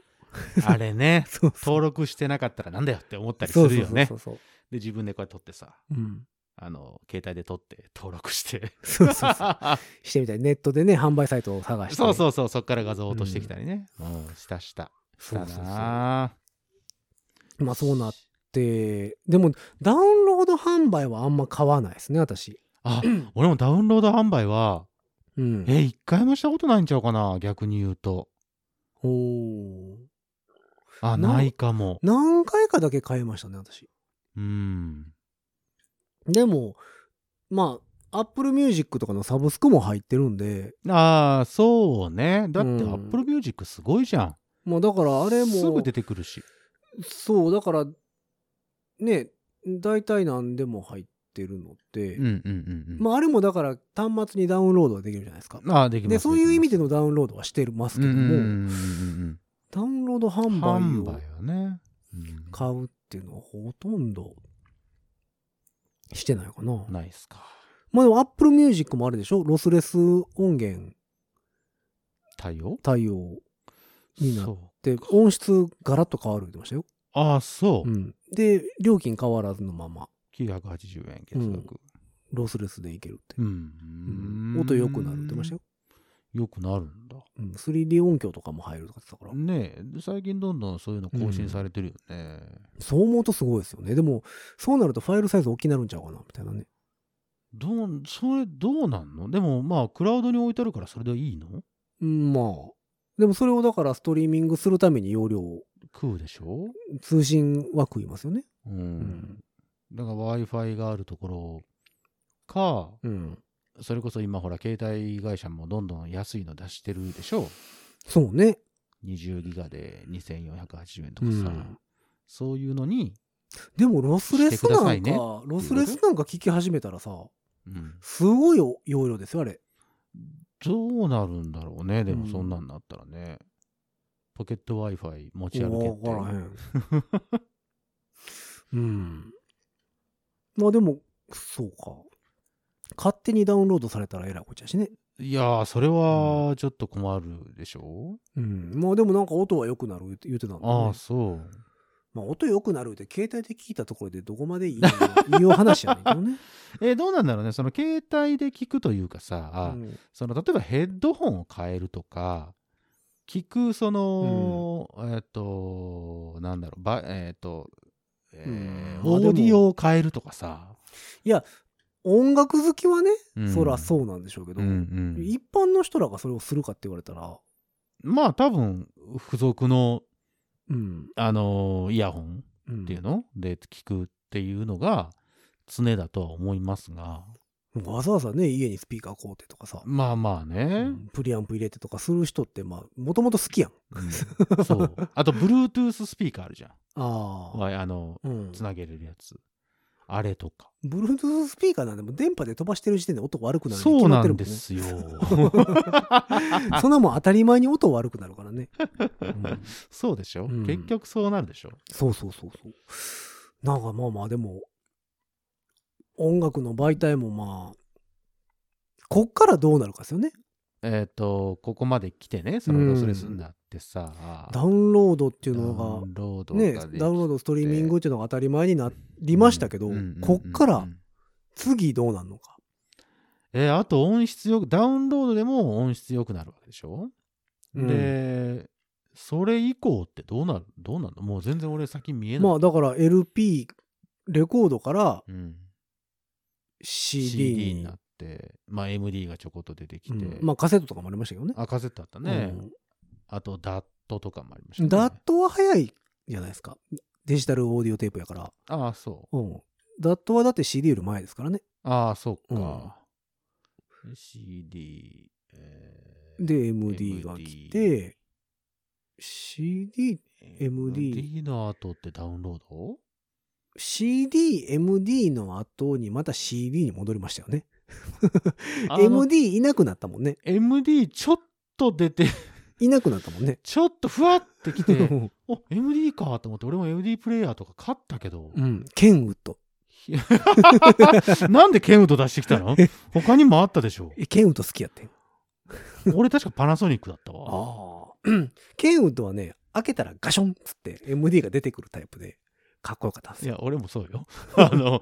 Speaker 3: あれね
Speaker 2: そうそう
Speaker 3: 登録してなかったらなんだよって思ったりするよね。
Speaker 2: そうそうそう
Speaker 3: で、自分でこうやって撮ってさ、
Speaker 2: そう、うん、
Speaker 3: あの、携帯で撮って登録して。
Speaker 2: そうそうそうしてみたいネットでね販売サイトを探して
Speaker 3: そうそうそう、そっから画像を落としてきたりね。うん、したした。し
Speaker 2: そうそう
Speaker 3: た
Speaker 2: そう
Speaker 3: な
Speaker 2: まあそうなってでもダウンロード販売はあんま買わないですね私、
Speaker 3: あ、俺もダウンロード販売は、
Speaker 2: うん、
Speaker 3: え、一回もしたことないんちゃうかな、逆に言うと。
Speaker 2: おー
Speaker 3: あ、
Speaker 2: な
Speaker 3: ないかも。
Speaker 2: 何回かだけ買いましたね私
Speaker 3: うん。
Speaker 2: でもまあ Apple Music とかのサブスクも入ってるんで
Speaker 3: ああ、そうね。だって、
Speaker 2: うん
Speaker 3: Apple Music すごいじゃん。
Speaker 2: もうだからあれも
Speaker 3: すぐ出てくるし。
Speaker 2: そうだからね大体何でも入ってるので、
Speaker 3: うんうんうんうん。
Speaker 2: まああれもだから端末にダウンロードはできるじゃないですか
Speaker 3: ああ、できます。
Speaker 2: でそういう意味
Speaker 3: で
Speaker 2: でのダウンロードはしてます
Speaker 3: き
Speaker 2: け
Speaker 3: ま
Speaker 2: ど
Speaker 3: す。
Speaker 2: も、
Speaker 3: うんうんうんうん
Speaker 2: ダウンロード
Speaker 3: うん
Speaker 2: 販
Speaker 3: 販
Speaker 2: 売
Speaker 3: 売
Speaker 2: を
Speaker 3: はね。うん
Speaker 2: 買うっていうのはほとんどしてないかな
Speaker 3: ないっすか。
Speaker 2: まあでも Apple Music もあるでしょロスレス音源
Speaker 3: 対応
Speaker 2: 対応になっ
Speaker 3: そう
Speaker 2: で音質ガラッと変わるって言ってましたよ、
Speaker 3: ああ、そうう。
Speaker 2: ん、で料金変わらずのまま
Speaker 3: 980円月額。
Speaker 2: ロスレスでいけるって、
Speaker 3: うん
Speaker 2: 音良くなるって言ってましたよ、
Speaker 3: よくなるんだ。
Speaker 2: うん、3D 音響とかも入るとかって言ってたから、
Speaker 3: ねえ、最近どんどんそういうの更新されてるよね。
Speaker 2: そう思うとすごいですよねでもそうなるとファイルサイズ大きくなるんちゃうかなみたいなね
Speaker 3: どう、それどうなんのでもまあ、クラウドに置いてあるからそれでいいの
Speaker 2: うんまあ。でもそれをだからストリーミングするために容量を
Speaker 3: 食うでしょ
Speaker 2: 通信枠いますよね。
Speaker 3: う。
Speaker 2: うんん。
Speaker 3: だから Wi-Fi があるところか、
Speaker 2: うん。
Speaker 3: それこそ今ほら、携帯会社もどんどん安いの出してるでしょ
Speaker 2: そうね。
Speaker 3: 20ギガで2480円とかさ、
Speaker 2: うん
Speaker 3: そういうのに、
Speaker 2: でもロスレスなん
Speaker 3: してくださ
Speaker 2: か、
Speaker 3: いね
Speaker 2: ロスレスなんか聞き始めたらさ、
Speaker 3: うん
Speaker 2: すごい容量ですよ、あれ。
Speaker 3: どうなるんだろうねでも
Speaker 2: うん
Speaker 3: そんなんなったらね、ポケット w i f i 持ち歩けっ
Speaker 2: 分
Speaker 3: て
Speaker 2: からへん。うん。まあでも、そうか。勝手にダウンロードされたらえらいこっちゃしね。
Speaker 3: いやーそれはちょっと困るでしょ、
Speaker 2: うん。まあでもなんか音は良くなるって言ってたんだ、ね。
Speaker 3: ああそう
Speaker 2: まあ音良くなるって携帯で聞いたところでどこまでいいのか言いよう話やねんけど ね。
Speaker 3: えーどうなんだろうねその携帯で聞くというかさ、あ
Speaker 2: うん
Speaker 3: その例えばヘッドホンを変えるとか聞くその、えっ、となんだろうばえっ、と、えー
Speaker 2: うんまあでも
Speaker 3: オーディオを変えるとかさ、
Speaker 2: 音楽好きはね、
Speaker 3: うん
Speaker 2: そらそうなんでしょうけど、
Speaker 3: うんうん
Speaker 2: 一般の人らがそれをするかって言われたら、
Speaker 3: まあ多分付属の、
Speaker 2: うん。
Speaker 3: あのーイヤホン
Speaker 2: うん
Speaker 3: っていうの、で聞くっていうのが常だとは思いますが
Speaker 2: わざわざね、家にスピーカー買うてとかさ、
Speaker 3: まあまあ
Speaker 2: う
Speaker 3: ね、
Speaker 2: んプリアンプ入れてとかする人って、まあ、もともと好きやん。
Speaker 3: うんそうあと Bluetooth スピーカーあるじゃん
Speaker 2: ああ。
Speaker 3: わいあの
Speaker 2: うん。
Speaker 3: つなげれるやつあれとか
Speaker 2: Bluetooth スピーカーなんでも電波で飛ばしてる時点で音悪くなるに
Speaker 3: そう
Speaker 2: 決ま
Speaker 3: な
Speaker 2: ってる
Speaker 3: ん
Speaker 2: も
Speaker 3: で
Speaker 2: ね
Speaker 3: すよ
Speaker 2: そんなもん当たり前に音悪くなるからね。うん
Speaker 3: そうでしょ、
Speaker 2: うん
Speaker 3: 結局そうなるでしょ
Speaker 2: そうそうそうそう。なんかまあまあでも、音楽の媒体もまあ、こっからどうなるかですよね。
Speaker 3: えっ、とここまで来てねそのロスレスになってさ、
Speaker 2: ダウンロードっていう
Speaker 3: ダ
Speaker 2: の
Speaker 3: ウ
Speaker 2: が、
Speaker 3: ンロード
Speaker 2: ね、
Speaker 3: ができ
Speaker 2: ダウンロード、ストリーミングっていうのが当たり前になりましたけど
Speaker 3: うんうんうんう、ん
Speaker 2: こっから次どうなるのか。
Speaker 3: えーあと音質よくダウンロードでも音質良くなるわけでしょ、
Speaker 2: うん
Speaker 3: でそれ以降ってどうなるどうなるのもう全然俺先見えない、
Speaker 2: まあだから LP、レコードから
Speaker 3: うん
Speaker 2: CD
Speaker 3: CD に
Speaker 2: に
Speaker 3: なって、まあ、MD がちょこっと出てきて、
Speaker 2: うんまあカセットとかもありましたけどね。
Speaker 3: あカセットあったね、あとダットとかもありました、
Speaker 2: うん、
Speaker 3: ね、
Speaker 2: ダットは早いじゃないですか。デジタルオーディオテープやから。
Speaker 3: ああそう
Speaker 2: うん。ダットはだって CD より前ですからね。
Speaker 3: ああそうか、CD、えー
Speaker 2: で、MD が来て、CD、MD
Speaker 3: MD の後ってダウンロード
Speaker 2: CD、MD の後にまた CD に戻りましたよね。
Speaker 3: あの
Speaker 2: MD いなくなったもんね。
Speaker 3: MD ちょっと出て
Speaker 2: いなくなったもんね。
Speaker 3: ちょっとふわってき て
Speaker 2: う
Speaker 3: お MD かと思って俺も MD プレイヤーとか買ったけど、
Speaker 2: ん。ケンウッド。
Speaker 3: なんでケンウッド出してき たの他にもあったでしょ
Speaker 2: えケンウッド好きやってん。
Speaker 3: 俺確かパナソニックだったわ
Speaker 2: ああ。 ケンウッドはね、開けたらガションっつって MD が出てくるタイプで、かっこよかったんです
Speaker 3: い
Speaker 2: よ。
Speaker 3: や俺もそう よあの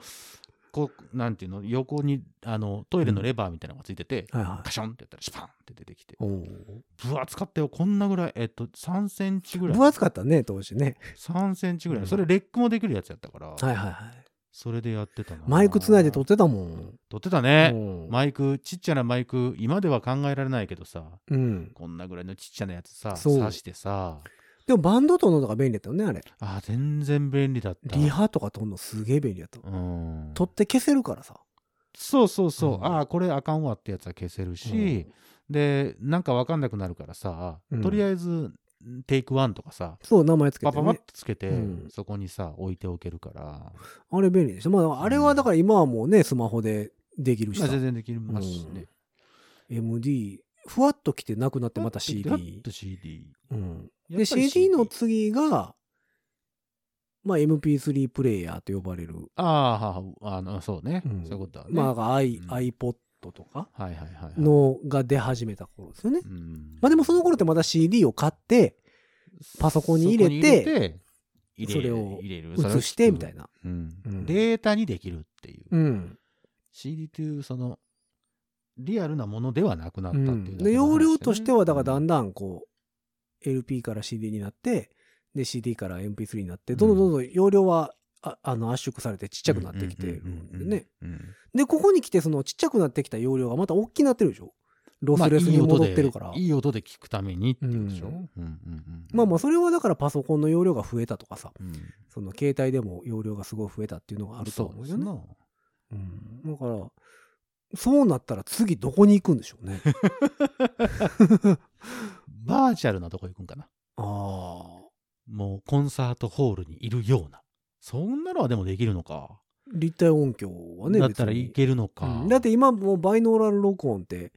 Speaker 3: こうなんていうの横にあのトイレのレバーみたいなのがついてて、
Speaker 2: はいは
Speaker 3: カションってやったらシュパンって出てきて
Speaker 2: い。うん
Speaker 3: 分厚かったよこんなぐらいえっと3センチぐらい
Speaker 2: 分厚かったね、当時ね。
Speaker 3: 3センチぐらい、
Speaker 2: うん
Speaker 3: それレックもできるやつやったから、
Speaker 2: はいはいはい。
Speaker 3: それでやってたな
Speaker 2: マイクつないで撮ってたもん。
Speaker 3: 撮ってたね、
Speaker 2: うん
Speaker 3: マイクちっちゃなマイク今では考えられないけどさ
Speaker 2: うん。
Speaker 3: こんなぐらいのちっちゃなやつさ
Speaker 2: そう
Speaker 3: 挿してさ
Speaker 2: でもバンドとのとか便利だったよね、あれ。
Speaker 3: あー全然便利だった
Speaker 2: リハとか撮んのすげえ便利だった。
Speaker 3: うん
Speaker 2: 撮って消せるからさ。
Speaker 3: そうそうそう、
Speaker 2: うん
Speaker 3: ああこれあかんわってやつは消せるし、でなんかわかんなくなるからさ、
Speaker 2: うん
Speaker 3: とりあえずテイクワンとかさ
Speaker 2: そう、名前つけ
Speaker 3: パ
Speaker 2: て、
Speaker 3: パパッ
Speaker 2: ね
Speaker 3: と。つけて、
Speaker 2: うん
Speaker 3: そこにさ置いておけるから、
Speaker 2: あれ便利でした。まあ、あれはだから今はもうね、スマホでできるし
Speaker 3: まあ
Speaker 2: さ。
Speaker 3: 全然できますしね、
Speaker 2: MD、ふわっと来てなくなってまた CD
Speaker 3: やっ。ぱ CD
Speaker 2: うん。
Speaker 3: や
Speaker 2: で、
Speaker 3: っぱり
Speaker 2: CD の次が、まあ、MP3 プレイヤーと呼ばれる。
Speaker 3: あーはああのそうね、
Speaker 2: うん
Speaker 3: そういうことだね、
Speaker 2: まあ、I
Speaker 3: うん
Speaker 2: iPod とか
Speaker 3: はいはいはいはい、
Speaker 2: のが出始めた頃ですよね
Speaker 3: う。ん
Speaker 2: まあでもその頃ってまた CD を買って、パソコンに入れて
Speaker 3: そこに入れて入れ
Speaker 2: それを
Speaker 3: 入れる
Speaker 2: 映してみたい、な。
Speaker 3: それを聞く
Speaker 2: う
Speaker 3: うんん、データにできるっていう、
Speaker 2: うん。
Speaker 3: CD というそのリアルなものではなくなったっていうだけの話
Speaker 2: で容量としてはだからだん
Speaker 3: だ
Speaker 2: だんこう LP から CD になってで CD から MP3 になってどんどんどんどん容量はああの圧縮されてちっちゃくなってきてるんでね
Speaker 3: うん
Speaker 2: でここに来てそのちっちゃくなってきた容量がまた大きくなってるでしょロスレスに戻ってるから。
Speaker 3: まあいい音でいい音で聞くためにっていうでしょ、
Speaker 2: う
Speaker 3: うんんうんうん
Speaker 2: まあまあそれはだからパソコンの容量が増えたとかさ、
Speaker 3: うん
Speaker 2: その携帯でも容量がすごい増えたっていうのがあると思うよね。
Speaker 3: そうです
Speaker 2: うん、だから、そうなったら次どこに行くんでしょうね。
Speaker 3: なバーチャルなとこ行くんかな
Speaker 2: ああ。
Speaker 3: もうコンサートホールにいるようなそんなのはでもできるのか、
Speaker 2: 立体音響はね、
Speaker 3: だったら
Speaker 2: 別に
Speaker 3: いけるのか、
Speaker 2: うんだって今もうバイノーラル録音って、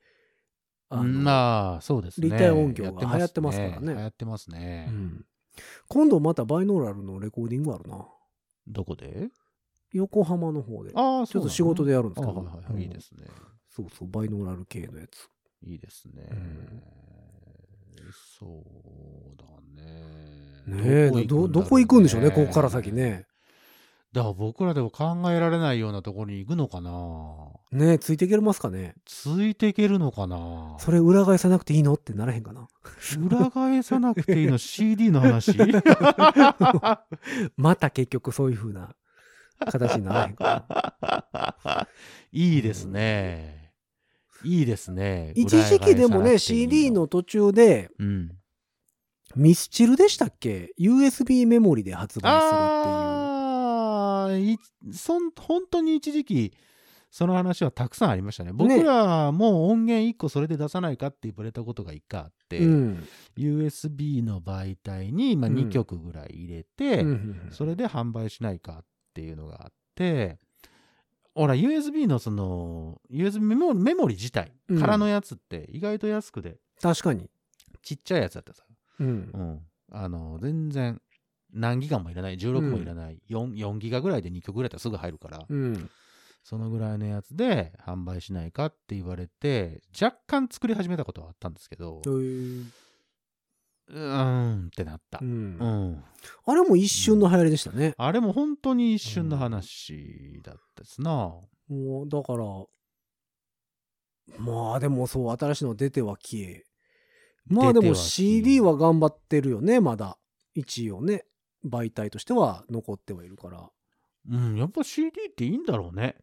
Speaker 2: の
Speaker 3: うんまあそうですね
Speaker 2: 立体音響が流行ってますからね
Speaker 3: や流行ってますね、
Speaker 2: うん今度またバイノーラルのレコーディングあるな。
Speaker 3: どこで
Speaker 2: 横浜の方で。
Speaker 3: ああ
Speaker 2: ちょっと仕事でやるんです
Speaker 3: あ
Speaker 2: けど。
Speaker 3: はいはいはいいいですね
Speaker 2: そうそう、バイノーラル系のやつ。
Speaker 3: いいですね、
Speaker 2: うん
Speaker 3: そうだ
Speaker 2: ね
Speaker 3: ね
Speaker 2: え、ど、どこ行くんでしょうね、ここから先ね。
Speaker 3: だから僕らでも考えられないようなところに行くのかな
Speaker 2: ねえ、ついていけますかね。
Speaker 3: ついていけるのかな
Speaker 2: それ裏返さなくていいのってならへんかな。
Speaker 3: 裏返さなくていい の CD の話
Speaker 2: また結局そういう風な形にならへんか な。
Speaker 3: いいですね。いいですね。
Speaker 2: 一時期でもね、CD の途中で、
Speaker 3: 裏返さなくていいの。うん。
Speaker 2: ミスチルでしたっけ ?USB メモリで発売するっ
Speaker 3: ああ、いそん本当に一時期、その話はたくさんありましたね。僕らもう音源1個それで出さないかって言われたことが1回あって、
Speaker 2: ていう。うん。
Speaker 3: USB の媒体に、まあ、
Speaker 2: うん
Speaker 3: 2曲ぐらい入れて、
Speaker 2: うん
Speaker 3: それで販売しないかっていうのがあって、ほら、USB のその、USB メモメモリ自体
Speaker 2: うん
Speaker 3: からのやつって意外と安くで、
Speaker 2: 確かに。
Speaker 3: ちっちゃいやつだったさ、
Speaker 2: うん
Speaker 3: う。ん。あの、全然、何ギガもいらない、16もいらない、4, 4ギガぐらいで2曲ぐらいだったらすぐ入るから、
Speaker 2: うん。
Speaker 3: そのぐらいのやつで販売しないかって言われて、若干作り始めたことはあったんですけど、
Speaker 2: へー
Speaker 3: うーんってなった
Speaker 2: う。ん
Speaker 3: うん。
Speaker 2: あれも一瞬の流行りでしたね。
Speaker 3: あれも本当に一瞬の話だったですな。
Speaker 2: もう、だから、まあでもそう、新しいの出ては消え。まあで
Speaker 3: 出て
Speaker 2: も
Speaker 3: は消え
Speaker 2: CD は頑張ってるよね、まだ。一応ね、媒体としては残ってはいるから。
Speaker 3: うん、やっぱ CD っていいんだろうね。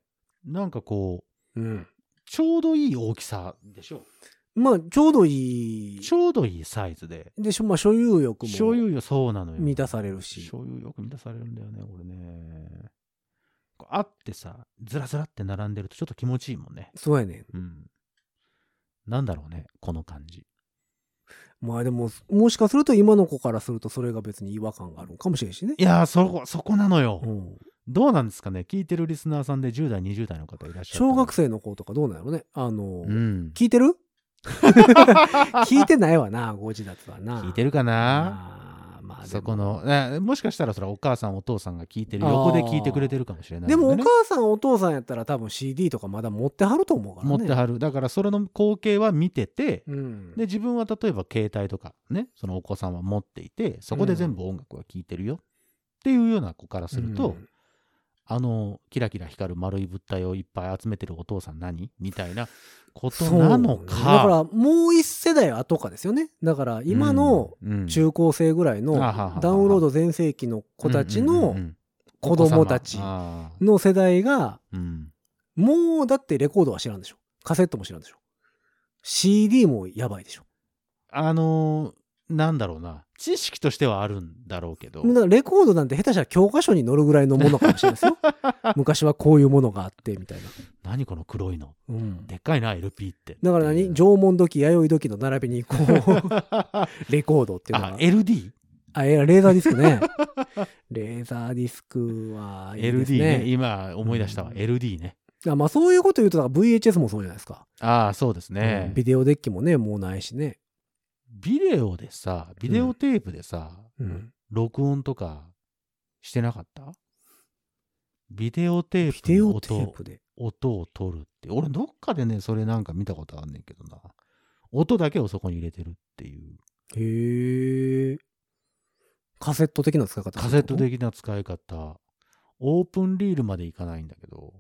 Speaker 3: なんかこう、
Speaker 2: うん。
Speaker 3: ちょうどいい大きさでしょ。
Speaker 2: まあ、ちょうどいい。
Speaker 3: ちょうどいいサイズで。
Speaker 2: でしょ、まあ、所有欲も。
Speaker 3: 所有欲、そうなのよ。
Speaker 2: 満たされるし
Speaker 3: 所有欲満たされるんだよね、俺ね。こうあってさ、ずらずらって並んでるとちょっと気持ちいいもんね。
Speaker 2: そうやねん。
Speaker 3: うん。なんだろうね、この感じ。
Speaker 2: まあでも、もしかすると今の子からするとそれが別に違和感があるのかもしれんしね。
Speaker 3: いやー、そこ、そこなのよ。
Speaker 2: うん、
Speaker 3: どうなんですかね聞いてるリスナーさんで10代、20代の方いらっしゃる。
Speaker 2: 小学生の子とかどうなのねあの、
Speaker 3: うん。
Speaker 2: 聞いてる 聞いてないわな、ご自立はな。
Speaker 3: 聞いてるかな
Speaker 2: あーまあでも
Speaker 3: そこの、ね、もしかしたらそれはお母さんお父さんが聞いてる横で聞いてくれてるかもしれない
Speaker 2: でも
Speaker 3: の
Speaker 2: お
Speaker 3: ね、
Speaker 2: 母さんお父さんやったら多分 CD とかまだ持ってはると思うからね。
Speaker 3: 持ってはるだからそれの光景は見てて、
Speaker 2: うん。
Speaker 3: で自分は例えば携帯とかねそのお子さんは持っていてそこで全部音楽は聴いてるよ、っていうような子からすると、
Speaker 2: うん
Speaker 3: あのキラキラ光る丸い物体をいっぱい集めてるお父さん何みたいなこと
Speaker 2: そう
Speaker 3: な
Speaker 2: だ
Speaker 3: のか
Speaker 2: からもう一世代後かですよね。だから今の中高生ぐらいの
Speaker 3: あははは
Speaker 2: ダウンロード全盛期の子たちの子供たち
Speaker 3: の、
Speaker 2: の世代が、
Speaker 3: うん
Speaker 2: もうだってレコードは知らんでしょ。カセットも知らんでしょ。CD もやばいでしょ。
Speaker 3: あのーなんだろうな知識としてはあるんだろうけど、
Speaker 2: だからレコードなんて下手したら教科書に載るぐらいのものかもしれないです よ。昔はこういうものがあってみたいな。
Speaker 3: 何この黒いの
Speaker 2: うん、
Speaker 3: でっかいな LP って
Speaker 2: だから何縄文土器弥生土器の並びにこ うレコードっていうの
Speaker 3: あ
Speaker 2: が
Speaker 3: LD?LD
Speaker 2: あえレーザーディスク ねレーザーディスクはいいです
Speaker 3: ね
Speaker 2: ね
Speaker 3: 今思い出したわ、
Speaker 2: うん
Speaker 3: LD ね
Speaker 2: あまあそういうこと言うとだから VHS もそうじゃないですか、
Speaker 3: ああそうです
Speaker 2: う
Speaker 3: ね
Speaker 2: ん、ビデオデッキもねもうないしね、
Speaker 3: ビデオでさビデオテープでさ、
Speaker 2: うん、
Speaker 3: 録音とかしてなかったビデオテ
Speaker 2: ビ
Speaker 3: ープ
Speaker 2: デ
Speaker 3: の
Speaker 2: オテー
Speaker 3: 音
Speaker 2: プで
Speaker 3: 音を取るって俺どっかでねそれなんか見たことあんねんけどな音だけをそこに入れてるっていう
Speaker 2: へえカセット的な使い方
Speaker 3: カセット的な使い方オープンリールまでいかないんだけど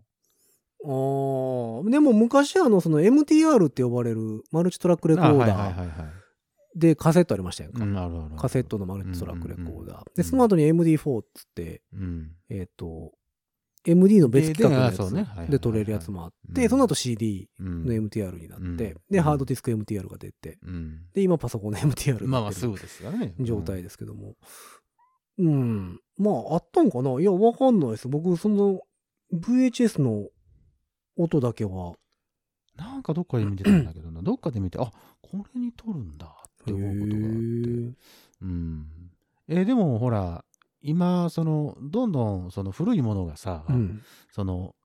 Speaker 2: あーでも昔あのその MTR って呼ばれるマルチトラックレコー
Speaker 3: あはい
Speaker 2: ダ
Speaker 3: はい
Speaker 2: ー
Speaker 3: はいはい
Speaker 2: でカセットありましたやんか、
Speaker 3: うんあるあるある
Speaker 2: カセットのマルチトラックレコーダー、
Speaker 3: うんうんうん
Speaker 2: でその後に MD4 っつって
Speaker 3: うん
Speaker 2: えっ、と、 MD の別企画のや
Speaker 3: でであそうねはいはいはい
Speaker 2: つで撮れるやつもあっ
Speaker 3: う
Speaker 2: て
Speaker 3: ん
Speaker 2: その後 CD
Speaker 3: うん
Speaker 2: の MTR にな
Speaker 3: うん
Speaker 2: ってでハードディスク MTR が出て
Speaker 3: うん
Speaker 2: で今パソコンの MTR
Speaker 3: まあま
Speaker 2: が
Speaker 3: あ
Speaker 2: 出
Speaker 3: す
Speaker 2: てる
Speaker 3: ぐですよね。
Speaker 2: 状態ですけどもうんまああったんかないやわかんないです僕その VHS の音だけは
Speaker 3: なんかどっかで見てたんだけ どな、どっかで見て、あこれに撮るんだって思うことがあって。うん。えーでもほら、今、その、どんどん、その古いものがさ、
Speaker 2: うん
Speaker 3: その、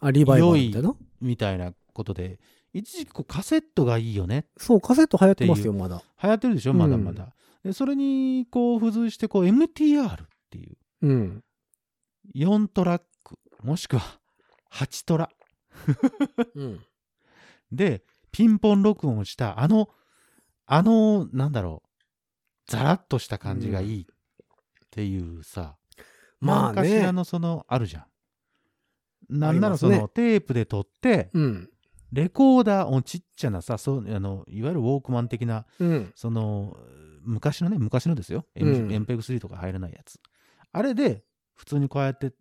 Speaker 2: あリバイバルみたいな
Speaker 3: みたいなことで、一時期こうカセットがいいよね。
Speaker 2: そうカセット流行ってますよまだ
Speaker 3: 流行ってるでしょ、まだまだ。でそれに、こう、付随して、こう、MTR っていう、
Speaker 2: うん
Speaker 3: 4トラック、もしくは8トラ
Speaker 2: うん
Speaker 3: で、ピンポン録音した、あの、あの、なんだろう、ザラッとした感じがいいっていうさ、
Speaker 2: まあ
Speaker 3: 何かしら
Speaker 2: ね
Speaker 3: のその、あるじゃん。なんな
Speaker 2: あり
Speaker 3: ら
Speaker 2: ます
Speaker 3: そ
Speaker 2: ね
Speaker 3: の、テープで撮って、
Speaker 2: うん
Speaker 3: レコーダーをちっちゃなさ、そう、あの、いわゆるウォークマン的な、
Speaker 2: うん
Speaker 3: その、昔のね、昔のですよ。
Speaker 2: うん
Speaker 3: MPEG3 とか入らないやつ。あれで、普通にこうやって、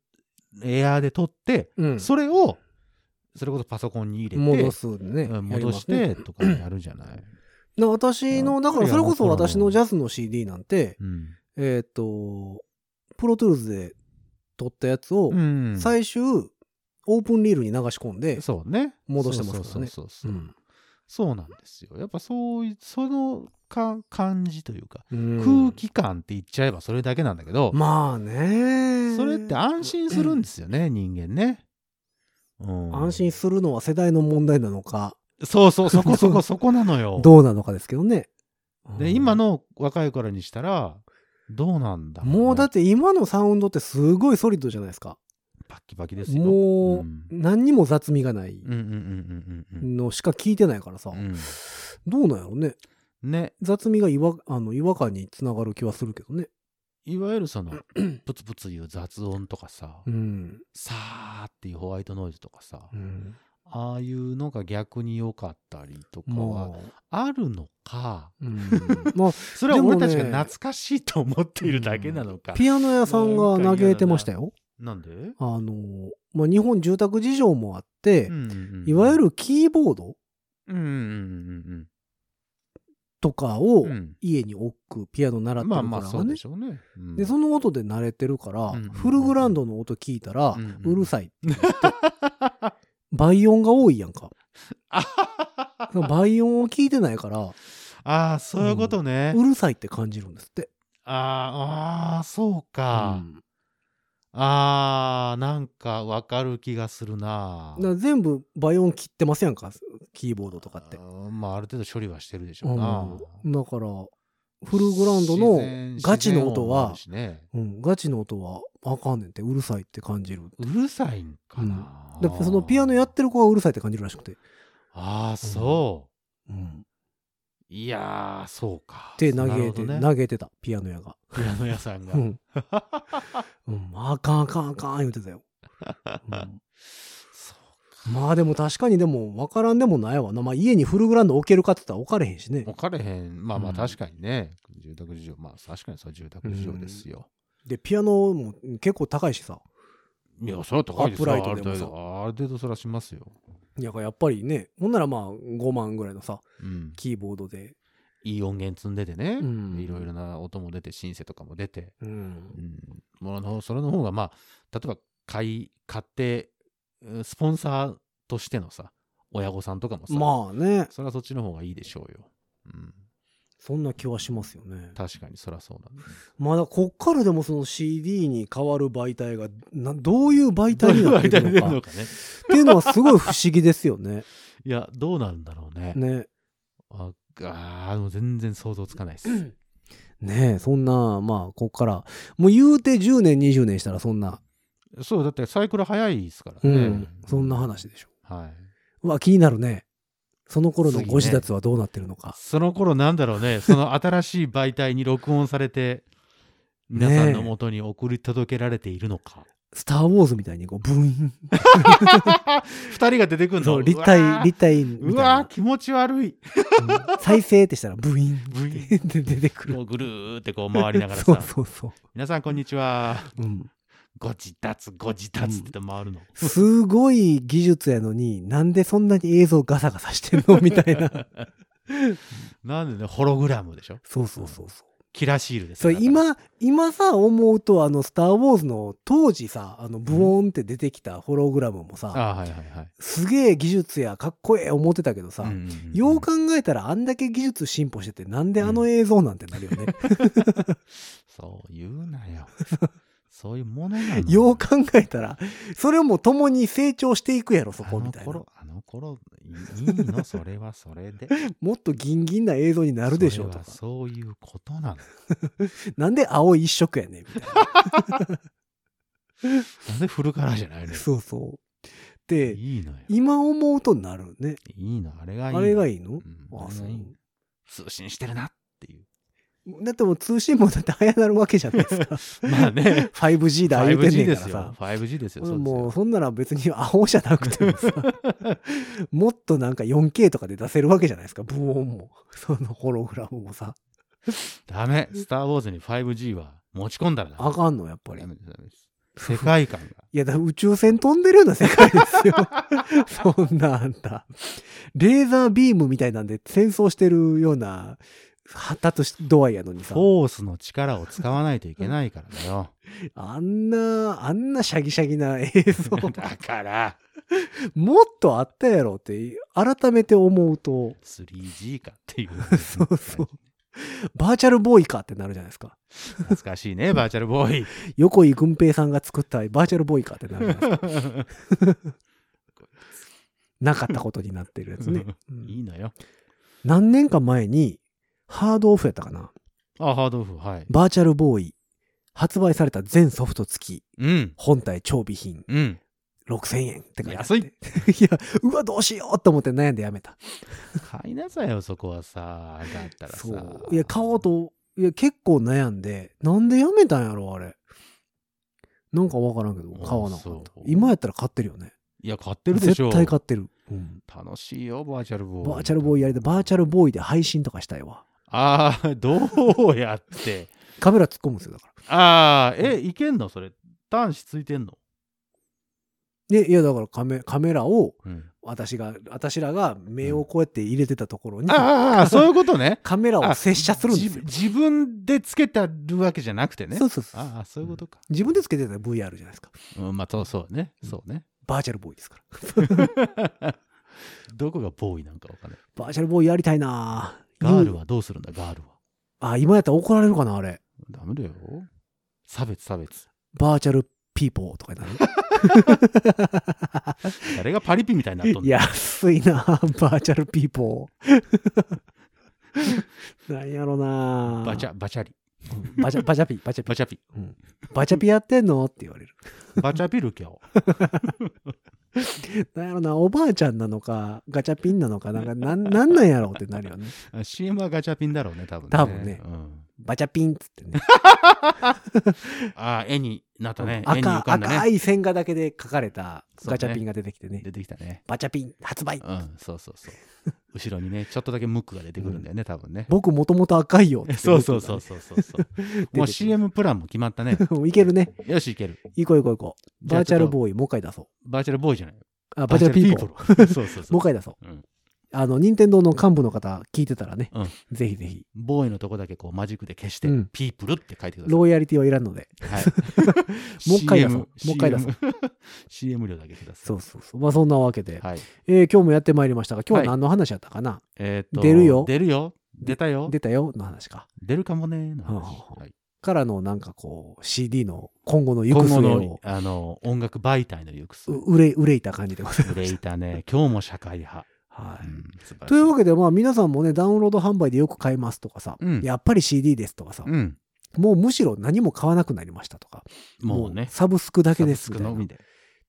Speaker 3: エアーで撮って、
Speaker 2: うん
Speaker 3: それを、それこそパソコンに入れて、
Speaker 2: 戻すね
Speaker 3: うん
Speaker 2: やり
Speaker 3: 戻
Speaker 2: ま
Speaker 3: し
Speaker 2: すね
Speaker 3: てとかやるじゃない。
Speaker 2: な私
Speaker 3: や
Speaker 2: の
Speaker 3: っ
Speaker 2: だか
Speaker 3: ぱ
Speaker 2: ら
Speaker 3: り
Speaker 2: それこそ
Speaker 3: あの頃の
Speaker 2: 私のジャズの CD なんて
Speaker 3: うん
Speaker 2: えーっとプロトゥールズで撮ったやつを
Speaker 3: うん
Speaker 2: 最終オープンリールに流し込んで
Speaker 3: そうね
Speaker 2: 戻してますからね
Speaker 3: そうそうそううそう、
Speaker 2: ん
Speaker 3: そうなんですよやっぱそういそのか感じというか、
Speaker 2: うん
Speaker 3: 空気感って言っちゃえばそれだけなんだけど、
Speaker 2: まあね
Speaker 3: それって安心するんですよね、人間ね、うん
Speaker 2: 安心するのは世代の問題なのか
Speaker 3: そうそうそこそこそこなのよ
Speaker 2: どうなのかですけどね
Speaker 3: で今の若い頃にしたらどうなんだろね
Speaker 2: もうだって今のサウンドってすごいソリッドじゃないですか
Speaker 3: バキバキですよ
Speaker 2: もう
Speaker 3: うん
Speaker 2: 何にも雑味がない
Speaker 3: うんうんうんうんうん
Speaker 2: のしか聞いてないからさ
Speaker 3: うん
Speaker 2: どうなんやろね
Speaker 3: うんね
Speaker 2: 雑味が違和あの違和感につながる気はするけどね
Speaker 3: いわゆるそのプツプツいう雑音とかさ、
Speaker 2: うん、
Speaker 3: さーっていうホワイトノイズとかさ、
Speaker 2: うん、
Speaker 3: ああいうのが逆に良かったりとかは
Speaker 2: も
Speaker 3: あるのか、
Speaker 2: う、うん、まあ
Speaker 3: それは俺た
Speaker 2: で
Speaker 3: ちが
Speaker 2: もね
Speaker 3: 懐かしいと思っているだけなのか。
Speaker 2: ピアノ屋さんが嘆いてましたよ
Speaker 3: なんで、うん
Speaker 2: あの、まあ、日本住宅事情もあって、
Speaker 3: うんうん
Speaker 2: いわゆ、るキーボード
Speaker 3: うんうんうん
Speaker 2: とかを
Speaker 3: うんうん
Speaker 2: 家に置くピアノ習ってる
Speaker 3: ま
Speaker 2: からね、
Speaker 3: あまあそうでしょうね。うん
Speaker 2: でその音で慣れてるから、
Speaker 3: うんうんうん
Speaker 2: フルグラウンドの音聞いたら、
Speaker 3: う
Speaker 2: うん
Speaker 3: うん
Speaker 2: るさいって言って倍音が多いやん か
Speaker 3: あ
Speaker 2: 倍音を聞いてないから
Speaker 3: あー、そういうことね。
Speaker 2: うるさいって感じるんですって
Speaker 3: あーあー、そうか。
Speaker 2: うん
Speaker 3: ああ、なんかわかる気がするな。
Speaker 2: だから全部倍音切ってますやんかキーボードとかって
Speaker 3: あーまあある程度処理はしてるでしょうな、
Speaker 2: うんだからフルグラウンドの
Speaker 3: 自然
Speaker 2: ガチの音は
Speaker 3: 自然音もあるしね
Speaker 2: うん、ガチの音はあかんねんってうるさいって感じる
Speaker 3: うるさいんかな、
Speaker 2: だからそのピアノやってる子はうるさいって感じるらしくて、
Speaker 3: ああそ
Speaker 2: うん、
Speaker 3: う、いやーそうか
Speaker 2: で嘆いて、
Speaker 3: なるほどね
Speaker 2: 嘆いてたピアノ屋が、
Speaker 3: ピアノ屋さんが、
Speaker 2: うん、うん、あかんあかんあかん言うてたよ、
Speaker 3: そ
Speaker 2: うん、まあでも確かにでも分からんでもないわな、まあ、家にフルグラウンド置けるかって言ったら置かれへんしね
Speaker 3: う置かれへんまあまあ
Speaker 2: うん
Speaker 3: 確かにね、住宅事情まあ確かにそう住宅事情ですよ、
Speaker 2: でピアノも結構高いしさ
Speaker 3: いやそれは高いですよ
Speaker 2: ア
Speaker 3: あ
Speaker 2: ップライ
Speaker 3: る
Speaker 2: トでも
Speaker 3: 程
Speaker 2: さ
Speaker 3: 度ある程度それはしますよ、
Speaker 2: いややっぱりねほんならまあ5万ぐらいのさ
Speaker 3: うん、
Speaker 2: キーボードで、
Speaker 3: いい音源積んでてね、
Speaker 2: うん
Speaker 3: いろいろな音も出てシンセとかも出て
Speaker 2: うん
Speaker 3: う、ん、ものの方それの方がまあ例えば買い買ってうんスポンサーとしてのさ親御さんとかもさ、
Speaker 2: まあね
Speaker 3: それはそっちの方がいいでしょうよ、うん、
Speaker 2: そんな気はしますよね
Speaker 3: 確かにそりゃそうなんです
Speaker 2: まあだこっからでもその CD に変わる媒体がなどういう媒体に
Speaker 3: どう
Speaker 2: なっ
Speaker 3: い
Speaker 2: て
Speaker 3: う
Speaker 2: いくの
Speaker 3: 媒体に出る
Speaker 2: か
Speaker 3: の
Speaker 2: っ
Speaker 3: かね
Speaker 2: ていうのはすごい不思議ですよ ね。
Speaker 3: いやどうなるんだろうね
Speaker 2: ね
Speaker 3: ああーもう全然想像つかないです、
Speaker 2: ねえそんなまあこっからもう言うて10年20年したらそんな、
Speaker 3: そうだってサイクル早いですから
Speaker 2: うん
Speaker 3: ね、
Speaker 2: そんな話でしょ。
Speaker 3: はいう
Speaker 2: わ気になるね。その頃の
Speaker 3: 次ね
Speaker 2: ご自立はどうなってるのか。
Speaker 3: その頃なんだろ うねその新しい媒体に録音されて
Speaker 2: ねえ
Speaker 3: 皆さんのもとに送り届けられているのか、
Speaker 2: スター・ウォーズみたいにこうブイーン
Speaker 3: 二人が出てくるの
Speaker 2: そう立
Speaker 3: うわ
Speaker 2: 体
Speaker 3: ー
Speaker 2: 立体み
Speaker 3: う
Speaker 2: たい
Speaker 3: わー
Speaker 2: な、
Speaker 3: 気持ち悪い
Speaker 2: うん再生ってしたらブイーン
Speaker 3: ブイ
Speaker 2: って出てくる
Speaker 3: も。うぐるーってこう回りながらさ
Speaker 2: そうそうそ
Speaker 3: 皆さんこんにちは
Speaker 2: う。うん
Speaker 3: ご自立、ご自立って回るの。
Speaker 2: すごい技術やのに、なんでそんなに映像ガサガサしてんのみたい な。
Speaker 3: なんでね、ホログラムでしょ
Speaker 2: そうそうそうそう。
Speaker 3: キラシールです
Speaker 2: そ
Speaker 3: よ
Speaker 2: れ今、今さ、思うと、あの、スター・ウォーズの当時さ、あの、ブオーンって出てきたホログラムも
Speaker 3: だ
Speaker 2: さ、
Speaker 3: からあはいはいはい。
Speaker 2: すげえ技術やかっこええ思ってたけどさ、
Speaker 3: うんうんうん
Speaker 2: よう考えたらあんだけ技術進歩してて、なんであの映像なんてなるよね。
Speaker 3: そう言うな よ。そういうものなの。
Speaker 2: よう考えたら、それも共に成長していくやろ、そこみたい
Speaker 3: あの
Speaker 2: な
Speaker 3: 頃。、あの頃、いいいの、それはそれで。
Speaker 2: もっとギンギンな映像に なるでしょう
Speaker 3: そ
Speaker 2: と
Speaker 3: れ
Speaker 2: か
Speaker 3: は。そういうことなの。
Speaker 2: なんで青一色やねんみたい
Speaker 3: なんでフルカラーじゃないの
Speaker 2: な。
Speaker 3: よ
Speaker 2: そう そう。で、
Speaker 3: いいのよ。
Speaker 2: 今思うとなるね。
Speaker 3: いいの、あれがいいの。
Speaker 2: あれがいいの
Speaker 3: うん
Speaker 2: あ
Speaker 3: あれ
Speaker 2: そ
Speaker 3: が
Speaker 2: う
Speaker 3: いいの通信してるなっていう。
Speaker 2: だってもう通信もだって早なるわけじゃないです か。。
Speaker 3: まあね
Speaker 2: 5G だ言うてん
Speaker 3: 5G
Speaker 2: ね
Speaker 3: で
Speaker 2: んか
Speaker 3: す
Speaker 2: ら
Speaker 3: よ
Speaker 2: さ。。
Speaker 3: 5G ですよ。そうです
Speaker 2: もう
Speaker 3: よ。
Speaker 2: そんなら別に青じゃなくても さ、もっとなんか 4K とかで出せるわけじゃないですか、ブオンも。そのホログラムもさ。
Speaker 3: ダメ。スター・ウォーズに 5G は持ち込んだらダメ
Speaker 2: あかんの、やっぱり
Speaker 3: ダ。メですダメです。世界観が。
Speaker 2: いや、だから宇宙船飛んでるような世界です よ。そんなあんた。レーザービームみたいなんで戦争してるような発達度合いやのに
Speaker 3: フ
Speaker 2: さ。
Speaker 3: ォースの力を使わないといけないからだよ。
Speaker 2: あんな、あんなシャギシャギな映像、
Speaker 3: だから、
Speaker 2: もっとあったやろって、改めて思うと、
Speaker 3: 3G かっていう。
Speaker 2: そうそう。バーチャルボーイかってなるじゃないですか。
Speaker 3: 懐かしいね、バーチャル ボーイ。
Speaker 2: 横井軍平さんが作ったバーチャルボーイかってなる じゃないですか。なかったことになってるやつね。うん
Speaker 3: いいのよ。
Speaker 2: 何年か前に、ハードオフやったかな。
Speaker 3: あ、ハードオフ、はい。
Speaker 2: バーチャルボーイ、発売された全ソフト付き、
Speaker 3: うん。
Speaker 2: 本体装備品、
Speaker 3: うん。
Speaker 2: 6000円って書いてあって
Speaker 3: 安い
Speaker 2: いや、うわ、どうしようと思って悩んでやめた。
Speaker 3: 買いなさいよ、そこはさ。だったらさ。
Speaker 2: そう。いや、買おうと、いや、結構悩んで、なんでやめたんやろ、あれ。なんかわからんけど、買わなかった
Speaker 3: そう。
Speaker 2: 今やったら買ってるよね。
Speaker 3: いや、買ってるでしょ。
Speaker 2: 絶対買ってる。うん
Speaker 3: 楽しいよ、バーチャルボーイ。
Speaker 2: バーチャルボーイやりたい。バーチャルボーイで配信とかしたいわ。
Speaker 3: ああ、どうやって。
Speaker 2: カメラ突っ込むんですよ、だから。
Speaker 3: ああ、え、いけんのそれ。端子ついてんの
Speaker 2: で、いや、だからカメカメラを、
Speaker 3: うん。
Speaker 2: 私が、私らが目をこうやって入れてたところに、
Speaker 3: ああ、そういうこ とね。
Speaker 2: カメラを
Speaker 3: あ
Speaker 2: 接写するんですよ。
Speaker 3: 自自分でつけてるわけじゃなくてね。
Speaker 2: そうそうそう。
Speaker 3: ああ、そういうことか。
Speaker 2: 自分でつけてたら VR じゃないですか。
Speaker 3: うん、まあ、そうそうね。そうね。
Speaker 2: バーチャルボーイですから。
Speaker 3: どこがボーイなんかわかんない。
Speaker 2: バーチャルボーイやりたいなぁ
Speaker 3: ガールはどうするんだ、ガールは。
Speaker 2: あ、今やったら怒られるかな、あれ。
Speaker 3: ダメだよ。差別、差別。
Speaker 2: バーチャルピーポーとかにな る。
Speaker 3: 誰がパリピみたいになっとんの
Speaker 2: 安いなぁバーチャルピーポー。 なんやろなぁ
Speaker 3: バチャ、バチャリ。
Speaker 2: バチャ、バチャピ、バチャピ
Speaker 3: バ。チャピ。
Speaker 2: うんバチャピやってんのって言われる。
Speaker 3: バチャピルキョ。
Speaker 2: なんやろな、おばあちゃんなのか、ガチャピンなのか、なんか、なん、なんなんやろうってなるよね。
Speaker 3: あ CM はガチャピンだろうね、多分ね。
Speaker 2: 多分ね
Speaker 3: うん
Speaker 2: バチャピンっつってね。
Speaker 3: ああ、絵になったね。絵に
Speaker 2: 赤、
Speaker 3: 浮かんだね。
Speaker 2: 赤い線画だけで書かれた
Speaker 3: そうね
Speaker 2: ガチャピンが出てきてね。
Speaker 3: 出てきた ね。
Speaker 2: バチャピン発売。
Speaker 3: うん、そうそうそう。後ろにね、ちょっとだけムックが出てくるんだよね、多分ね。
Speaker 2: 僕もともと赤いよって。
Speaker 3: そうそうそうそうそうそう。
Speaker 2: て
Speaker 3: もう CM プランも決まったね。
Speaker 2: もういけるね。
Speaker 3: よし、いける。
Speaker 2: 行こう行こう行こう。
Speaker 3: じゃ
Speaker 2: バー
Speaker 3: あ
Speaker 2: チ
Speaker 3: ちょ
Speaker 2: ャ
Speaker 3: っと
Speaker 2: ルボーイ、もう一回出そう。
Speaker 3: バーチャルボーイじゃないよ。
Speaker 2: あ、バーチャルピーポー。
Speaker 3: ー。 そうそうそう。
Speaker 2: もう一回出そう。
Speaker 3: うん
Speaker 2: あの、任天堂の幹部の方聞いてたらね
Speaker 3: うん、
Speaker 2: ぜひぜひ、
Speaker 3: ボーイのとこだけこうマジックで消して
Speaker 2: うん、
Speaker 3: ピープルって書いてください。
Speaker 2: ロイヤリティはいらんので。
Speaker 3: はい。
Speaker 2: もう一回出そうもう
Speaker 3: CM
Speaker 2: 一回出そう
Speaker 3: CM CM 料だけください。
Speaker 2: そうそうそう。まあそんなわけで、
Speaker 3: はい。
Speaker 2: えー今日もやってまいりましたが、今日
Speaker 3: はい
Speaker 2: は何の話やったかな
Speaker 3: えっと、
Speaker 2: 出るよ
Speaker 3: 出るよ。出たよ。
Speaker 2: 出たよの話か。
Speaker 3: 出るかもね。の話
Speaker 2: はあはあ
Speaker 3: はい
Speaker 2: からのなんかこう、CD の今後の行
Speaker 3: 今
Speaker 2: く末
Speaker 3: 後
Speaker 2: を
Speaker 3: の、あの、音楽媒体の行く末。
Speaker 2: う憂い憂いた感じでございま
Speaker 3: 憂
Speaker 2: し
Speaker 3: いたね。今日も社会派。
Speaker 2: た。は
Speaker 3: う
Speaker 2: い。
Speaker 3: ん素晴らしい
Speaker 2: というわけで、まあ皆さんもね、ダウンロード販売でよく買いますとかさ、
Speaker 3: うん
Speaker 2: やっぱり CD ですとかさ、
Speaker 3: うん。
Speaker 2: もうむしろ何も買わなくなりましたとか、
Speaker 3: もうね。
Speaker 2: サブスクだけです
Speaker 3: サ
Speaker 2: み
Speaker 3: ブ
Speaker 2: た
Speaker 3: ス
Speaker 2: い
Speaker 3: ク
Speaker 2: な
Speaker 3: のみで。
Speaker 2: っ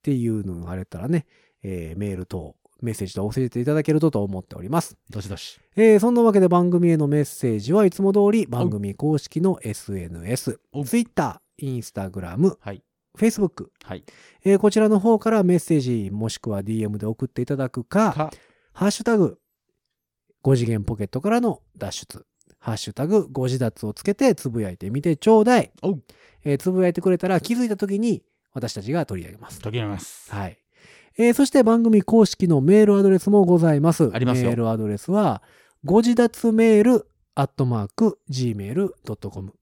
Speaker 2: ていうのがあれたらね、えーメール等、メッセージと教えていただけるとと思っております。
Speaker 3: どしどし。
Speaker 2: えーそんなわけで番組へのメッセージはいつも通り番組公式の SNS、
Speaker 3: おう
Speaker 2: Twitter、Instagram、
Speaker 3: はい。
Speaker 2: Facebook、
Speaker 3: はい。
Speaker 2: えーこちらの方からメッセージもしくは DM で送っていただくか、
Speaker 3: か、
Speaker 2: ハッシュタグ、5次元ポケットからの脱出。ハッシュタグ、ご自脱をつけてつぶやいてみてちょうだい。
Speaker 3: おう
Speaker 2: えーつぶやいてくれたら気づいた時に、私たちが取り上げます。
Speaker 6: 取り上げます。
Speaker 2: はい。えーそして番組公式のメールアドレスもございます。
Speaker 6: ありますよ
Speaker 2: メールアドレスは、ご自立メールアットマーク gmail.com。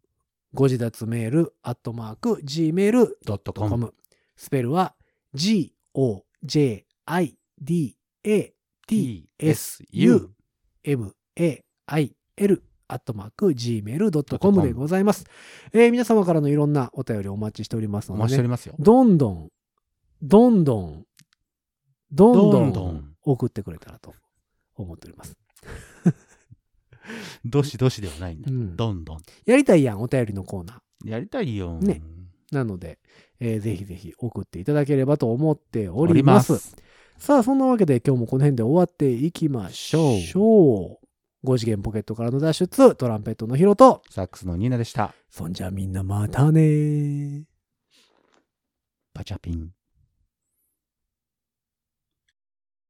Speaker 2: ご自立メールアットマーク gmail.com。スペルは g-o-j-i-d-a-t-s-u
Speaker 6: TSU。
Speaker 2: mail アットマーク gmail.com でございます。えー皆様からのいろんなお便りお待ちしております
Speaker 6: お
Speaker 2: の
Speaker 6: 待ちし
Speaker 2: で、
Speaker 6: てお
Speaker 2: ね、
Speaker 6: りますよ。
Speaker 2: どんどん、どんどん、どんど
Speaker 6: ど
Speaker 2: ん
Speaker 6: んどん
Speaker 2: 送ってくれたらと思っております。
Speaker 6: どしどしではないんだ
Speaker 2: う。ん、
Speaker 6: どんどん。
Speaker 2: やりたいやん、お便りのコーナー。
Speaker 6: やりたいよ。
Speaker 2: ね。なので、えーぜひぜひ送っていただければと思ってお
Speaker 6: お
Speaker 2: り
Speaker 6: り
Speaker 2: ま。
Speaker 6: ますす。
Speaker 2: さあ、そんなわけで今日もこの辺で終わっていきましょう。
Speaker 6: し
Speaker 2: 5次元ポケットからの脱出、トランペットのヒロと、
Speaker 6: サックスのニーナでした。
Speaker 2: そんじゃみんなまたねー。
Speaker 6: パチャピン。